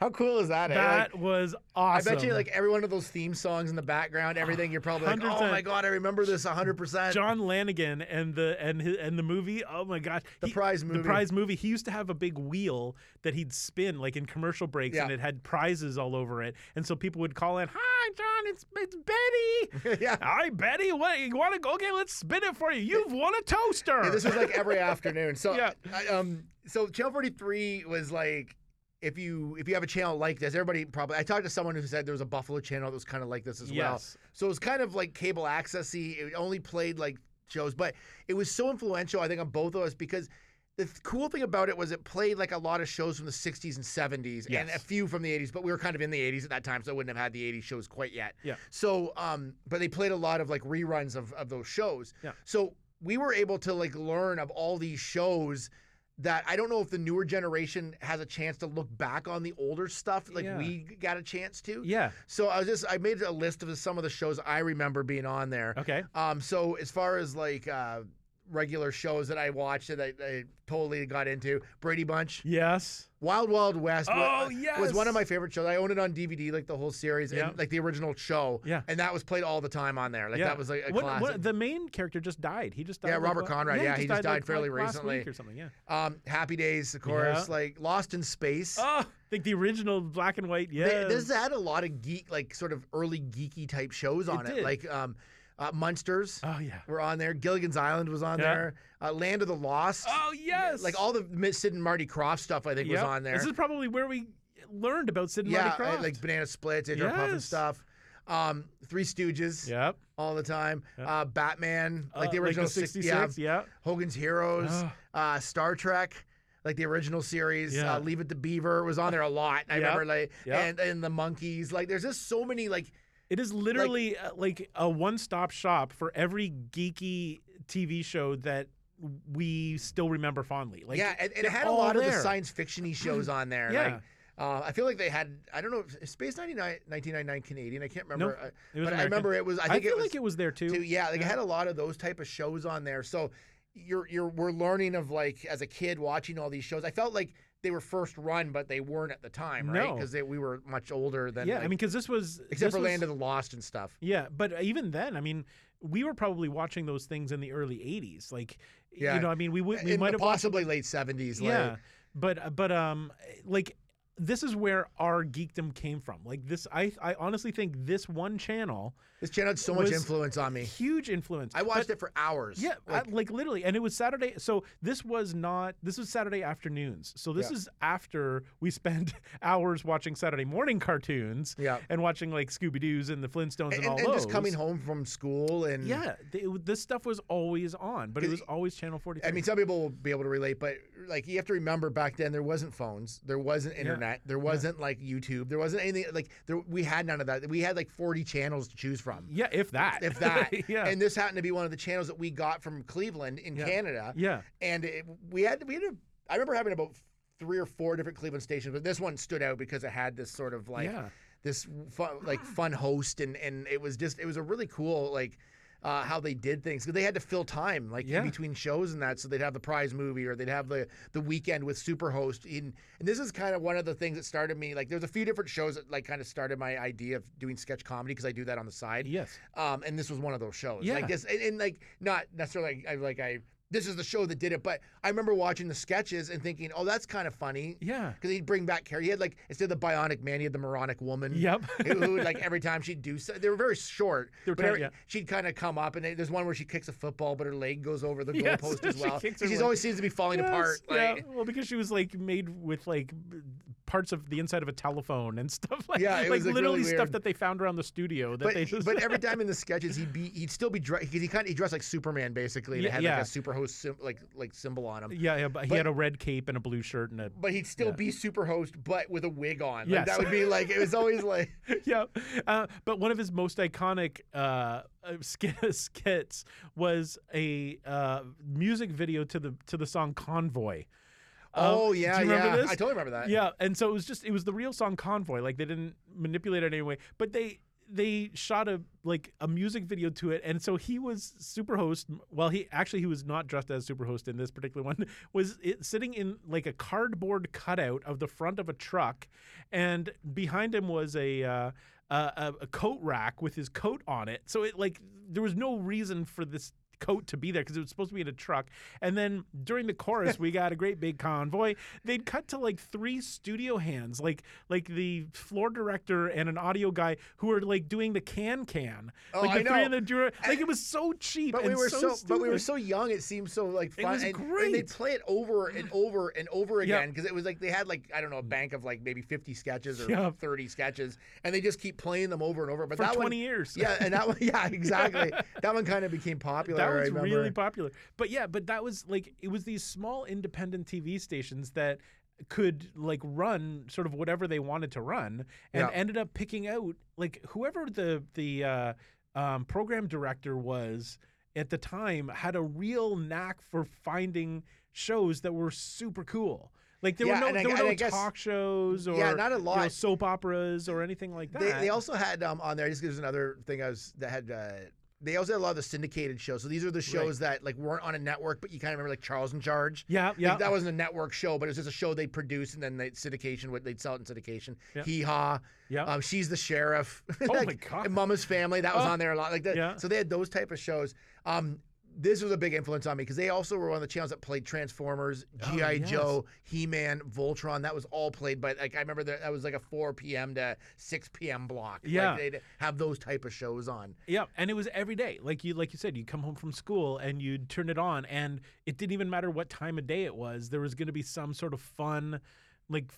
S3: How cool is that? eh? Like,
S1: that was
S3: I
S1: awesome.
S3: bet you like every one of those theme songs in the background, everything. You're probably like, oh
S1: 100%.
S3: my god, I remember this 100. percent
S1: John Lanigan and the and his, and the movie. Oh my gosh,
S3: The prize movie.
S1: The prize movie. He used to have a big wheel that he'd spin like in commercial breaks, and
S3: Yeah.
S1: it had prizes all over it. And so people would call in, "Hi, John, it's it's Betty.
S3: Yeah.
S1: hi Betty. What you want to go? Okay, let's spin it for you. You've won a toaster.
S3: Yeah, this was like every afternoon. So
S1: Yeah.
S3: I, um so channel 43 was like if you if you have a channel like this, everybody probably I talked to someone who said there was a Buffalo channel that was kind of like this as well.
S1: Yes.
S3: So it was kind of like cable accessy. It only played like shows, but it was so influential I think on both of us because the th- cool thing about it was it played like a lot of shows from the 60s and 70s and a
S1: Yes.
S3: few from the 80s, but we were kind of in the 80s at that time, so I wouldn't have had the 80s shows quite yet.
S1: Yeah.
S3: So, um, but they played a lot of like reruns of, of those shows.
S1: Yeah.
S3: So we were able to like learn of all these shows that I don't know if the newer generation has a chance to look back on the older stuff like
S1: Yeah.
S3: we got a chance to.
S1: yeah.
S3: So I was just I made a list of some of the shows I remember being on there.
S1: Okay.
S3: Um, so as far as like uh, regular shows that I watched that I, I totally got into, Brady Bunch,
S1: Yes.
S3: Wild Wild West. wa- uh,
S1: Oh,
S3: was one of
S1: yes.
S3: my favorite shows. I own it on DVD, like the whole series,
S1: Yeah.
S3: and like the original show.
S1: Yeah.
S3: and that was played all the time on there. Like that was like a
S1: What- what-
S3: classic.
S1: the main character just died. He just died.
S3: Yeah,
S1: like,
S3: Robert
S1: la-
S3: Conrad. Yeah, he just died fairly
S1: last week
S3: recently.
S1: or something. Yeah.
S3: um, Happy Days, of course.
S1: Yeah.
S3: Like Lost in Space.
S1: Oh, like the original black and white. Yeah.
S3: They- This had a lot of geek, like sort of early geeky type shows on it,
S1: did.
S3: like um, uh, Munsters.
S1: oh yeah.
S3: were on there. Gilligan's Island was on
S1: Yeah.
S3: there. Uh, Land of the Lost.
S1: Oh yes.
S3: Like all the Mi- Sid and Marty Croft stuff, I think was
S1: Yep.
S3: on there.
S1: This is probably where we learned about Sid and
S3: yeah,
S1: Marty
S3: I-
S1: Croft.
S3: like Banana Splits, Edgar Puff and
S1: Yes.
S3: stuff. Um, Three Stooges
S1: yep.
S3: all the time.
S1: Yeah.
S3: Uh, Batman, like
S1: Uh,
S3: the original six-
S1: '66. yeah.
S3: Hogan's Heroes,
S1: Ah.
S3: uh, Star Trek, like the original series,
S1: Yeah.
S3: uh, Leave It to Beaver was on there a lot. I
S1: Yep.
S3: remember like
S1: Yep.
S3: and and the Monkeys. Like there's just so many like
S1: It is literally uh, like a one-stop shop for every geeky TV show that we still remember fondly. Like
S3: yeah, and, and it
S1: they're
S3: had a
S1: all
S3: lot of the
S1: there.
S3: science fiction-y shows on there.
S1: Yeah.
S3: Like, uh, I feel like they had, I don't know, if Space 99, 1999 Canadian, I can't remember.
S1: Nope,
S3: uh,
S1: it was
S3: but I
S1: American.
S3: remember it was, I
S1: I,
S3: think
S1: feel
S3: it was,
S1: like it was there too.
S3: too- yeah, like it had a lot of those type of shows on there. So you're, you're, we're learning of like, as a kid watching all these shows, I felt like they were first run, but they weren't at the time, right?
S1: No.
S3: Because we were much older than,
S1: yeah, I
S3: like-
S1: mean, because this was
S3: except
S1: this
S3: for
S1: was-
S3: Land of the Lost and stuff.
S1: Yeah, but even then, I mean, we were probably watching those things in the early '80s. Like,
S3: Yeah.
S1: you know, I mean, we would we
S3: In
S1: might
S3: the
S1: have watched
S3: possibly late 70s. like-
S1: Yeah, but but um, like this is where our geekdom came from. Like this, I I honestly think this one channel
S3: this channel had so much
S1: Was-
S3: influence on me.
S1: huge influence.
S3: I watched it for hours.
S1: Yeah, I-
S3: Like,
S1: like, literally, and it was Saturday. So this was not this was Saturday afternoons. So this
S3: Yeah.
S1: is after we spent hours watching Saturday morning cartoons.
S3: Yeah.
S1: and watching like Scooby Doo's and the Flintstones and,
S3: and,
S1: all
S3: and
S1: those.
S3: just coming home from school and
S1: Yeah, they, it, this stuff was always on, but it
S3: 'Cause
S1: was always Channel 43.
S3: I mean, some people will be able to relate, but like you have to remember back then there wasn't phones, there wasn't internet, there wasn't like YouTube, there wasn't anything like there, we had none of that. We had like 40 channels to choose from,
S1: yeah, if that,
S3: if that.
S1: yeah,
S3: And this happened to be one of the channels that we got from Cleveland in Canada.
S1: yeah.
S3: And it, we had we had a, I remember having about three or four different Cleveland stations, but this one stood out because it had this sort of like
S1: Yeah.
S3: this fun, like fun host, and and it was just it was a really cool like. Uh, how they did things 'Cause they had to fill time like
S1: Yeah.
S3: in between shows and that so they'd have the prize movie or they'd have the the weekend with superhost in and this is kind of one of the things that started me like there's a few different shows that like kind of started my idea of doing sketch comedy because i do that on the side
S1: Yes.
S3: um, and this was one of those shows.
S1: Yeah.
S3: Like this, and, and, like not necessarily like I, like I. This is the show that did it, but I remember watching the sketches and thinking, "Oh, that's kind of funny."
S1: Yeah.
S3: Because he'd bring back Carrie. He had like instead of the Bionic Man, he had the Moronic Woman.
S1: Yep.
S3: who, who would like every time she'd do so, they were very short.
S1: They were
S3: but
S1: tiny,
S3: every-
S1: yeah.
S3: She'd kind of come up, and they- there's one where she kicks a football, but her leg goes over the
S1: Yes,
S3: goalpost as
S1: she
S3: well.
S1: kicks
S3: So
S1: her
S3: she's
S1: leg.
S3: always seems to be falling apart.
S1: Yes, yeah.
S3: Like,
S1: Well, because she was like made with like b- parts of the inside of a telephone and stuff like
S3: Yeah, it
S1: like
S3: was, like,
S1: literally
S3: really
S1: stuff
S3: weird.
S1: that they found around the studio that
S3: But,
S1: they just
S3: but every time in the sketches he'd be he'd still be dressed he kind of he dressed like Superman basically and
S1: Yeah,
S3: it had
S1: yeah.
S3: like a superhost sim- like like symbol on him
S1: yeah, yeah, but he
S3: but-
S1: had a red cape and a blue shirt and a
S3: but he'd still be super host, but with a wig on. Like,
S1: Yes.
S3: That would be like, it was always like,
S1: yeah. Uh, but one of his most iconic uh, uh, sk- skits was a uh, music video to the to the song Convoy. Um,
S3: oh,
S1: do
S3: yeah,
S1: you remember
S3: yeah.
S1: this?
S3: I totally remember that.
S1: Yeah, and so it was just it was the real song Convoy. Like they didn't manipulate it anyway, but they they shot a like a music video to it, and so he was superhost. Well, he actually he was not dressed as superhost in this particular one. Was it sitting in like a cardboard cutout of the front of a truck, and behind him was a. Uh, uh, a, a coat rack with his coat on it. So it like there was no reason for this coat to be there because it was supposed to be in a truck. And then during the chorus, we got a great big convoy. They'd cut to like three studio hands, like like the floor director and an audio guy who were like doing the can can,
S3: Oh,
S1: like the
S3: I
S1: three
S3: know.
S1: in the dura- Like it was so cheap,
S3: But we
S1: and
S3: were so, but we were
S1: stupid.
S3: so young. It seemed so like fun.
S1: was
S3: and,
S1: great.
S3: they play it over and over and over
S1: Yeah.
S3: again because it was like they had like I don't know a bank of like maybe fifty sketches or
S1: Yeah.
S3: thirty sketches, and they just keep playing them over and over. But
S1: For
S3: that
S1: 20
S3: one,
S1: years.
S3: yeah, and that one, yeah, exactly. that one kind of became popular. I
S1: That was
S3: remember.
S1: really popular. But yeah, but that was like it was these small independent TV stations that could like run sort of whatever they wanted to run and
S3: Yeah.
S1: ended up picking out like whoever the the uh, um, program director was at the time had a real knack for finding shows that were super cool. Like there
S3: Yeah,
S1: were no
S3: and I-
S1: there were
S3: and
S1: no
S3: I guess-
S1: talk shows or
S3: Yeah, not a
S1: you know,
S3: lot.
S1: soap operas or anything like that.
S3: They, they also had um, on there. Just gives another thing I was that had. Uh, they also had a lot of the syndicated shows. So these are the shows that like weren't on a network, but you kind of remember like Charles in Charge.
S1: Yeah,
S3: Like,
S1: yeah.
S3: that wasn't a network show, but it was just a show they produced and then they syndication. would- They'd sell it in syndication.
S1: Yeah.
S3: Hee haw.
S1: Yeah. Oh
S3: Um, She's the sheriff.
S1: my
S3: Like,
S1: God.
S3: and Mama's Family. That was
S1: Oh,
S3: on there a lot. Like that.
S1: yeah.
S3: So they had those type of shows. Um, this was a big influence on me because they also were one of the channels that played Transformers, GI
S1: Oh, yes.
S3: Joe, He Man, Voltron. That was all played by like I remember that, that was like a 4 p.m. to 6 p.m. block.
S1: Yeah.
S3: like, they'd have those type of shows on.
S1: Yeah, and it was every day. Like you like you said, you'd come home from school and you'd turn it on and it didn't even matter what time of day it was. There was going to be some sort of fun, like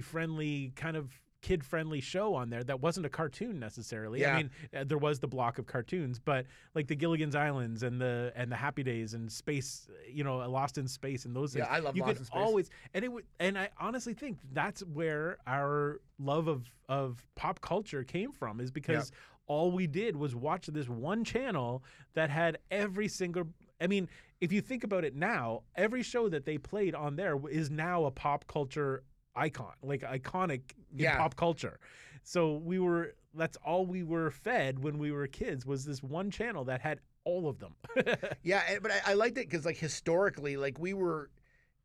S1: family-friendly kind of kid-friendly show on there that wasn't a cartoon necessarily. I
S3: Yeah.
S1: mean, uh, there was the block of cartoons, but like the Gilligan's Islands and the and the Happy Days and Space, you know, Lost in Space and those
S3: Yeah,
S1: things.
S3: I love
S1: you
S3: Lost
S1: could
S3: in Space.
S1: always and it would and I honestly think that's where our love of of pop culture came from is because all we did was watch this one channel that had every single I mean, if you think about it now, every show that they played on there w- is now a pop culture icon, like iconic in
S3: Yeah.
S1: pop culture. So we were that's all we were fed when we were kids was this one channel that had all of them.
S3: Yeah, and- but I, I liked it because like historically, like we were,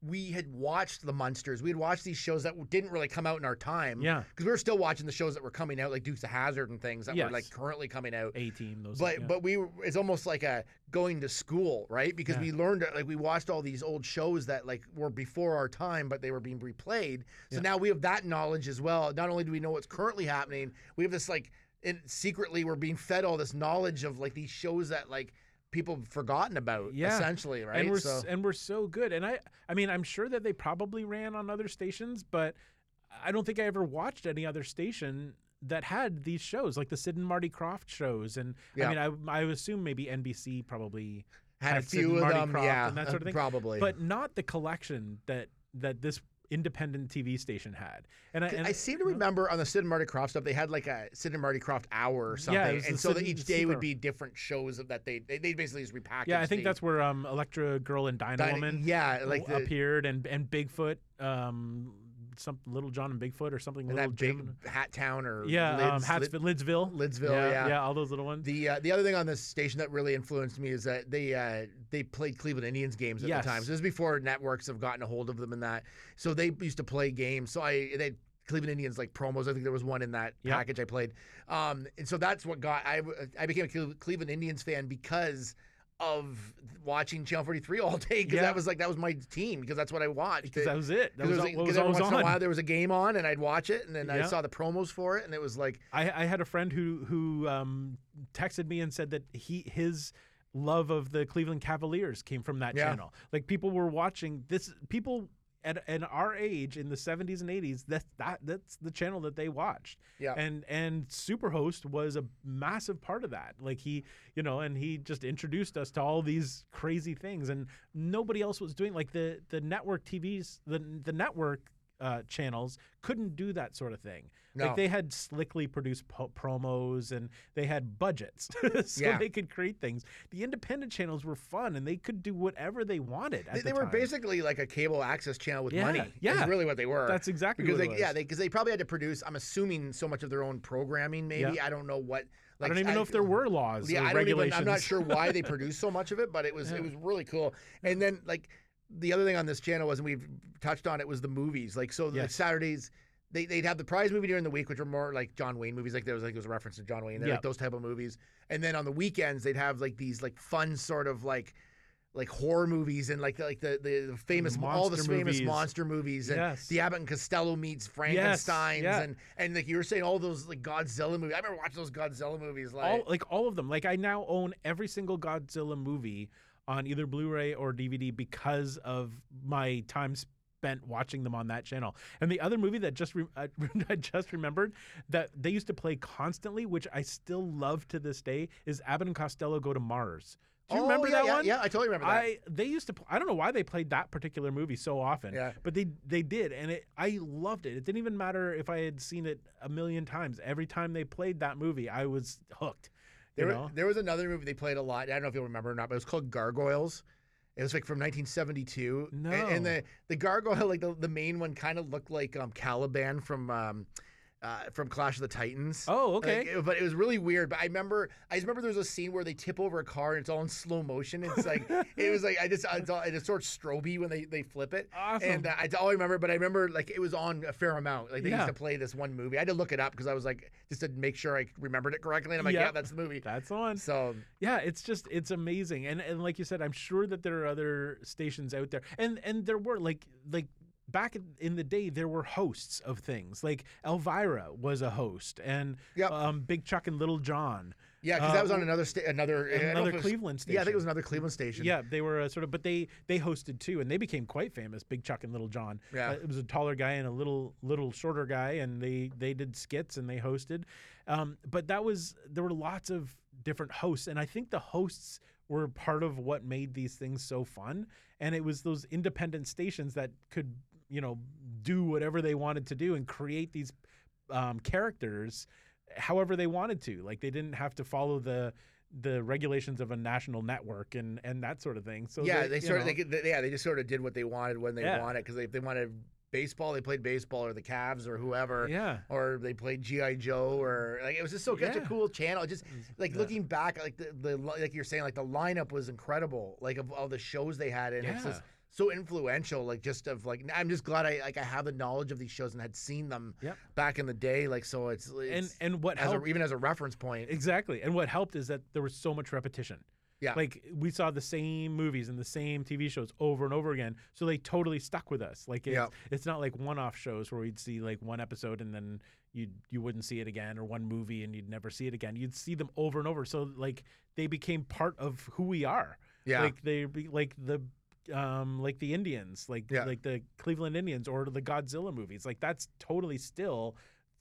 S3: we had watched the Munsters. We had watched these shows that didn't really come out in our time.
S1: Yeah.
S3: because we were still watching the shows that were coming out, like Dukes of Hazard and things that
S1: Yes.
S3: were like currently coming out.
S1: A team, those
S3: But
S1: yeah.
S3: but we were- it's almost like a going to school, right? Because we learned like we watched all these old shows that like were before our time, but they were being replayed. So now we have that knowledge as well. Not only do we know what's currently happening, we have this like and secretly we're being fed all this knowledge of like these shows that like people have forgotten about
S1: Yeah.
S3: essentially, right?
S1: And we're
S3: so,
S1: s and we're so good. And I I mean I'm sure that they probably ran on other stations, but I don't think I ever watched any other station that had these shows like the Sid and Marty Croft shows. And
S3: Yeah.
S1: I mean I I assume maybe NBC probably
S3: had a
S1: Sid
S3: few
S1: and
S3: of
S1: Marty
S3: them,
S1: Croft
S3: yeah,
S1: and that sort of thing.
S3: probably.
S1: But not the collection that that this independent TV station had. And I, and
S3: I seem to remember on the Sid and Marty Croft stuff, they had like a Sid and Marty Croft hour or something,
S1: was the
S3: and so
S1: Sid
S3: that
S1: and-
S3: each
S1: Sid
S3: day would
S1: hour.
S3: be different shows of that they they, they basically just repackaged.
S1: yeah, I think
S3: the-
S1: that's where um, Electra Girl and Dino
S3: Dyna-
S1: Woman
S3: yeah, like the-
S1: appeared, and and Bigfoot, um, some Little John and Bigfoot or something.
S3: and
S1: little
S3: that big
S1: Jim-
S3: Hat Town or
S1: yeah,
S3: Lids-
S1: um,
S3: Lid-
S1: Hatsville, Lidsville,
S3: Lidsville,
S1: yeah,
S3: yeah.
S1: all those little ones.
S3: The uh, the other thing on this station that really influenced me is that they uh, they played Cleveland Indians games at
S1: Yes.
S3: the time. So this is before networks have gotten a hold of them and that. So they used to play games. So I they had Cleveland Indians like promos. I think there was one in that
S1: Yep.
S3: package I played. Um, and so that's what got I I became a Cle- Cleveland Indians fan because of watching Channel 43 all day because
S1: Yeah.
S3: that was like that was my team because that's what I watched.
S1: because that was it. That was,
S3: Because there
S1: all-
S3: was,
S1: what
S3: 'cause
S1: was
S3: every
S1: always
S3: once in
S1: on.
S3: a while there was a game on and I'd watch it and then I
S1: Yeah.
S3: saw the promos for it and it was like
S1: I, I had a friend who who um, texted me and said that he his love of the Cleveland Cavaliers came from that
S3: Yeah.
S1: channel. Like people were watching this. People at, at our age in the 70s and 80s, that's that that's the channel that they watched.
S3: Yeah.
S1: And and Superhost was a massive part of that. Like he, you know, and he just introduced us to all these crazy things, and nobody else was doing like the the network TVs, the the network. Uh, channels couldn't do that sort of thing. Like
S3: No.
S1: they they had slickly produced po- promos and they had budgets so
S3: Yeah.
S1: they could create things the independent channels were fun and they could do whatever they wanted at
S3: They,
S1: the
S3: they were
S1: time.
S3: basically like a cable access channel with
S1: Yeah,
S3: money.
S1: yeah.
S3: is really what they were.
S1: That's exactly
S3: because
S1: what
S3: they,
S1: it
S3: yeah,
S1: was.
S3: because they probably had to produce. I'm assuming so much of their own programming. Maybe I don't know what.
S1: i
S3: Like,
S1: don't even know if there were laws
S3: Yeah,
S1: or
S3: I don't even.
S1: regulations
S3: I'm not sure why they produced so much of it, but it was it was really cool. And then like the other thing on this channel was, and we've touched on it, was the movies. Like so, the
S1: Yes.
S3: Saturdays. They, they'd have the prize movie during the week, which were more like John Wayne movies. Like there was like there was a reference to John Wayne, They're
S1: Yeah.
S3: like those type of movies. And then on the weekends, they'd have like these like fun sort of like like horror movies and like the, like the the, the famous all the
S1: monster
S3: famous
S1: movies.
S3: monster movies and
S1: Yes.
S3: the Abbott and Costello meets Frankenstein's
S1: yeah.
S3: and and like you were saying all those like Godzilla movies. I remember watching those Godzilla movies like
S1: all like all of them like i now own every single godzilla movie on either blu-ray or dvd because of my time spent watching them on that channel and the other movie that just re- I, I just remembered that they used to play constantly which i still love to this day is abbott and costello go to mars do you
S3: Oh,
S1: remember
S3: yeah,
S1: that
S3: yeah,
S1: one
S3: yeah, I totally remember that.
S1: I they used to. pl- I don't know why they played that particular movie so often.
S3: Yeah.
S1: But they they did, and it I loved it. It didn't even matter if I had seen it a million times. Every time they played that movie, I was hooked. You
S3: There,
S1: know.
S3: were- there was another movie they played a lot. I don't know if you'll remember or not, but it was called Gargoyles. It was like from 1972. A- And,
S1: No.
S3: the the gargoyle, like the, the main one, kind of looked like um, Caliban from um, uh, from Clash of the Titans.
S1: Oh,
S3: Like,
S1: okay.
S3: it- but it was really weird. But I remember, I just remember there was a scene where they tip over a car and it's all in slow motion. It's like it was like I just it's all, it's sort of stroby when they, they flip it.
S1: Awesome.
S3: And uh, I all I remember, but I remember like it was on a fair amount. Like they
S1: Yeah.
S3: used to play this one movie. I had to look it up because I was like just to make sure I remembered it correctly. And I'm like, yeah,
S1: Yep.
S3: that's the movie.
S1: That's on.
S3: So
S1: Yeah, it's just it's amazing, and and like you said, I'm sure that there are other stations out there, and and there were like like back in- in the day there were hosts of things like Elvira was a host, and
S3: Yep.
S1: um, Big Chuck and Little John.
S3: yeah, because that was
S1: Uh,
S3: on another sta- another I don't know
S1: another
S3: if it was-
S1: Cleveland
S3: Yeah, I think
S1: station.
S3: it was another Cleveland station.
S1: Yeah, they were uh, sort of, but they they hosted too, and they became quite famous. Big Chuck and Little John.
S3: Yeah.
S1: Uh, it was a taller guy and a little little shorter guy, and they they did skits and they hosted. Um, but that was there were lots of different hosts, and I think the hosts were part of what made these things so fun. And it was those independent stations that could you know do whatever they wanted to do and create these um, characters however they wanted to. Like they didn't have to follow the the regulations of a national network and and that sort of thing. So
S3: yeah,
S1: they,
S3: they
S1: you
S3: sort of
S1: know,
S3: they, could- they yeah they just sort of did what they wanted when they
S1: Yeah.
S3: wanted because if they wanted baseball they played baseball or the Cavs or whoever.
S1: Yeah.
S3: Or they played GI Joe or like it was just so such
S1: Yeah.
S3: a cool channel. It Just like looking back, like the, the li- like you're saying, like the lineup was incredible. Like of all the shows they had, and it's
S1: Yeah.
S3: just so influential. Like just of like I'm just glad I like I have the knowledge of these shows and had seen them
S1: Yep.
S3: back in the day. Like so it's,
S1: and
S3: it's
S1: and what
S3: as a,
S1: helped
S3: even as a reference point.
S1: exactly and what helped is that there was so much repetition.
S3: Yeah.
S1: Like we saw the same movies and the same TV shows over and over again, so they totally stuck with us. Like it's,
S3: Yeah.
S1: it's not like one-off shows where we'd see like one episode and then you you wouldn't see it again, or one movie and you'd never see it again. You'd see them over and over, so like they became part of who we are.
S3: Yeah.
S1: like they be like the um like the Indians, like
S3: Yeah.
S1: like the Cleveland Indians or the Godzilla movies. Like that's totally still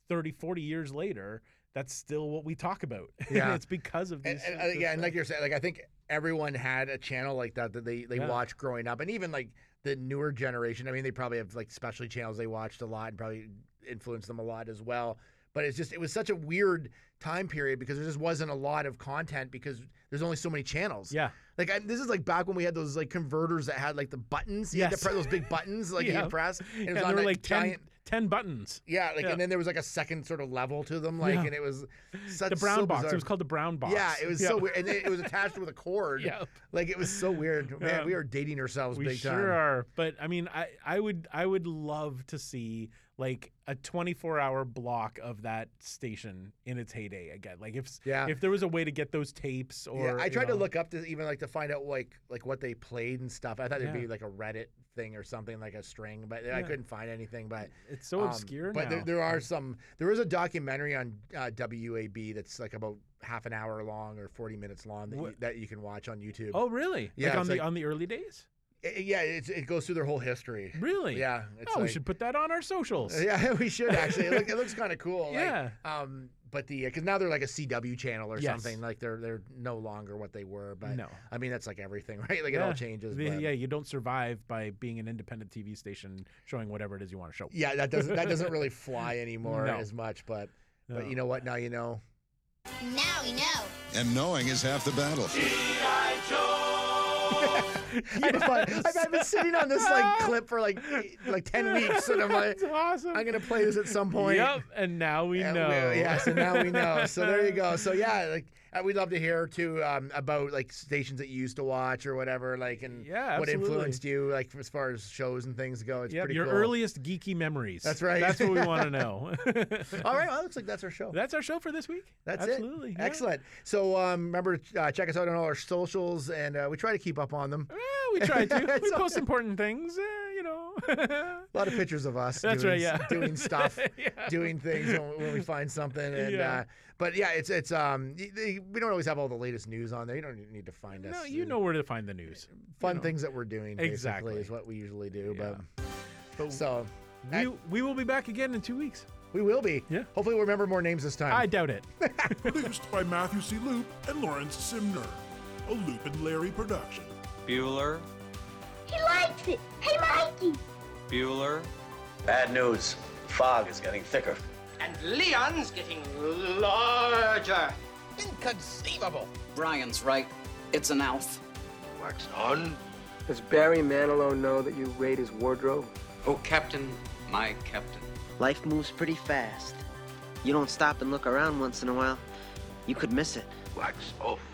S1: 30 40 years later, that's still what we talk about. And
S3: Yeah.
S1: it's because of
S3: and,
S1: these
S3: and, uh,
S1: this
S3: yeah, and
S1: thing.
S3: like you're saying, like I think everyone had a channel like that that they they
S1: Yeah.
S3: watched growing up, and even like the newer generation. I mean, they probably have like specialty channels they watched a lot and probably influenced them a lot as well. But it's just it was such a weird time period because there just wasn't a lot of content because there's only so many channels.
S1: Yeah.
S3: Like I, this is like back when we had those like converters that had like the buttons. You had
S1: Yes.
S3: to press those big buttons like
S1: Yeah.
S3: you press. And it
S1: And
S3: was
S1: there
S3: on
S1: were
S3: that
S1: like 10,
S3: giant
S1: 10 buttons.
S3: yeah, like
S1: Yeah.
S3: and then there was like a second sort of level to them, like
S1: Yeah.
S3: and it was such
S1: The brown
S3: so
S1: box. It
S3: bizarre.
S1: was called the brown box.
S3: Yeah, it was so
S1: Yeah.
S3: weird, and it, it was attached with a cord.
S1: Yep.
S3: like it was so weird. Man,
S1: Yeah.
S3: we are dating ourselves
S1: We
S3: big
S1: sure
S3: time.
S1: are. But I mean, I, I would I would love to see like a 24 hour block of that station in its heyday again. Like if s-
S3: Yeah.
S1: if there was a way to get those tapes or
S3: yeah, I
S1: you
S3: tried to
S1: know,
S3: look up to even like to find out like like what they played and stuff. I thought it'd
S1: Yeah.
S3: be like a Reddit thing or something, like a string, but I
S1: Yeah.
S3: couldn't find anything. But
S1: It's so
S3: um,
S1: obscure
S3: But there,
S1: now.
S3: there are some. There is a documentary on uh, WAB that's like about half an hour long or forty minutes long that,
S1: Wha-
S3: you, that you can watch on YouTube.
S1: Oh really?
S3: Yeah,
S1: Like on
S3: it's
S1: the
S3: like-
S1: on the early days?
S3: I- I- yeah, it's, it goes through their whole history.
S1: Really?
S3: Yeah. It's
S1: Oh, we
S3: like-
S1: should put that on our socials.
S3: Yeah, we should actually. It, look, it looks kind of cool. like,
S1: Yeah.
S3: um, but the because now they're like a CW channel or
S1: Yes.
S3: something. Like they're they're no longer what they were. But
S1: No.
S3: I mean that's like everything, right? Like it all changes.
S1: The-
S3: but-
S1: yeah, you don't survive by being an independent TV station showing whatever it is you want to show.
S3: Yeah, that doesn't that doesn't really fly anymore
S1: No.
S3: as much. But but
S1: No.
S3: you know what? Now you know.
S10: Now we know.
S11: And knowing is half the battle.
S3: I just thought- I've, I've been sitting on this like clip for like eight- like ten weeks, and I'm like,
S1: That's awesome.
S3: I'm gonna play this at some point.
S1: Yep, and now we
S3: And
S1: know.
S3: we- yeah, so now we know. So there you go. So yeah, like uh, we'd love to hear too um, about like stations that you used to watch or whatever, like and
S1: Yeah,
S3: what
S1: absolutely.
S3: influenced you, like as far as shows and things go. It's
S1: Yep,
S3: pretty
S1: your
S3: cool.
S1: earliest geeky memories.
S3: That's right.
S1: That's what we want to know.
S3: All right, well, it looks like that's our show.
S1: That's our show for this week.
S3: That's
S1: Absolutely.
S3: it.
S1: yeah.
S3: Excellent. So um, remember, to, uh, check us out on all our socials, and uh, we try to keep up on them.
S1: Eh, we try to. we
S3: It's
S1: post important things, eh, you know.
S3: A lot of pictures of us.
S1: That's
S3: doing,
S1: right,
S3: s-
S1: yeah.
S3: doing stuff,
S1: Yeah.
S3: doing things when, when we find something, and
S1: Yeah.
S3: uh, but yeah, it's it's um y- they, we don't always have all the latest news on there. You don't need to find us.
S1: no, you know where to find the news.
S3: fun things that we're doing. Basically,
S1: Exactly.
S3: is what we usually do. But so
S1: We, we will be back again in two weeks.
S3: we will be.
S1: Yeah.
S3: Hopefully, we'll remember more names this time.
S1: I doubt it.
S2: Produced by Matthew C. Loop and Lawrence Simner. A Loop and Larry production.
S5: Bueller,
S10: He likes it. Hey, Mikey.
S5: Bueller.
S6: Bad news. Fog is getting thicker.
S5: And Leon's getting larger.
S7: Inconceivable.
S5: Brian's right. It's an elf.
S9: Wax on.
S8: Does Barry Manilow know that you raid his wardrobe?
S5: Oh, Captain, my Captain.
S12: Life moves pretty fast. You don't stop and look around once in a while, you could miss it.
S9: Wax off.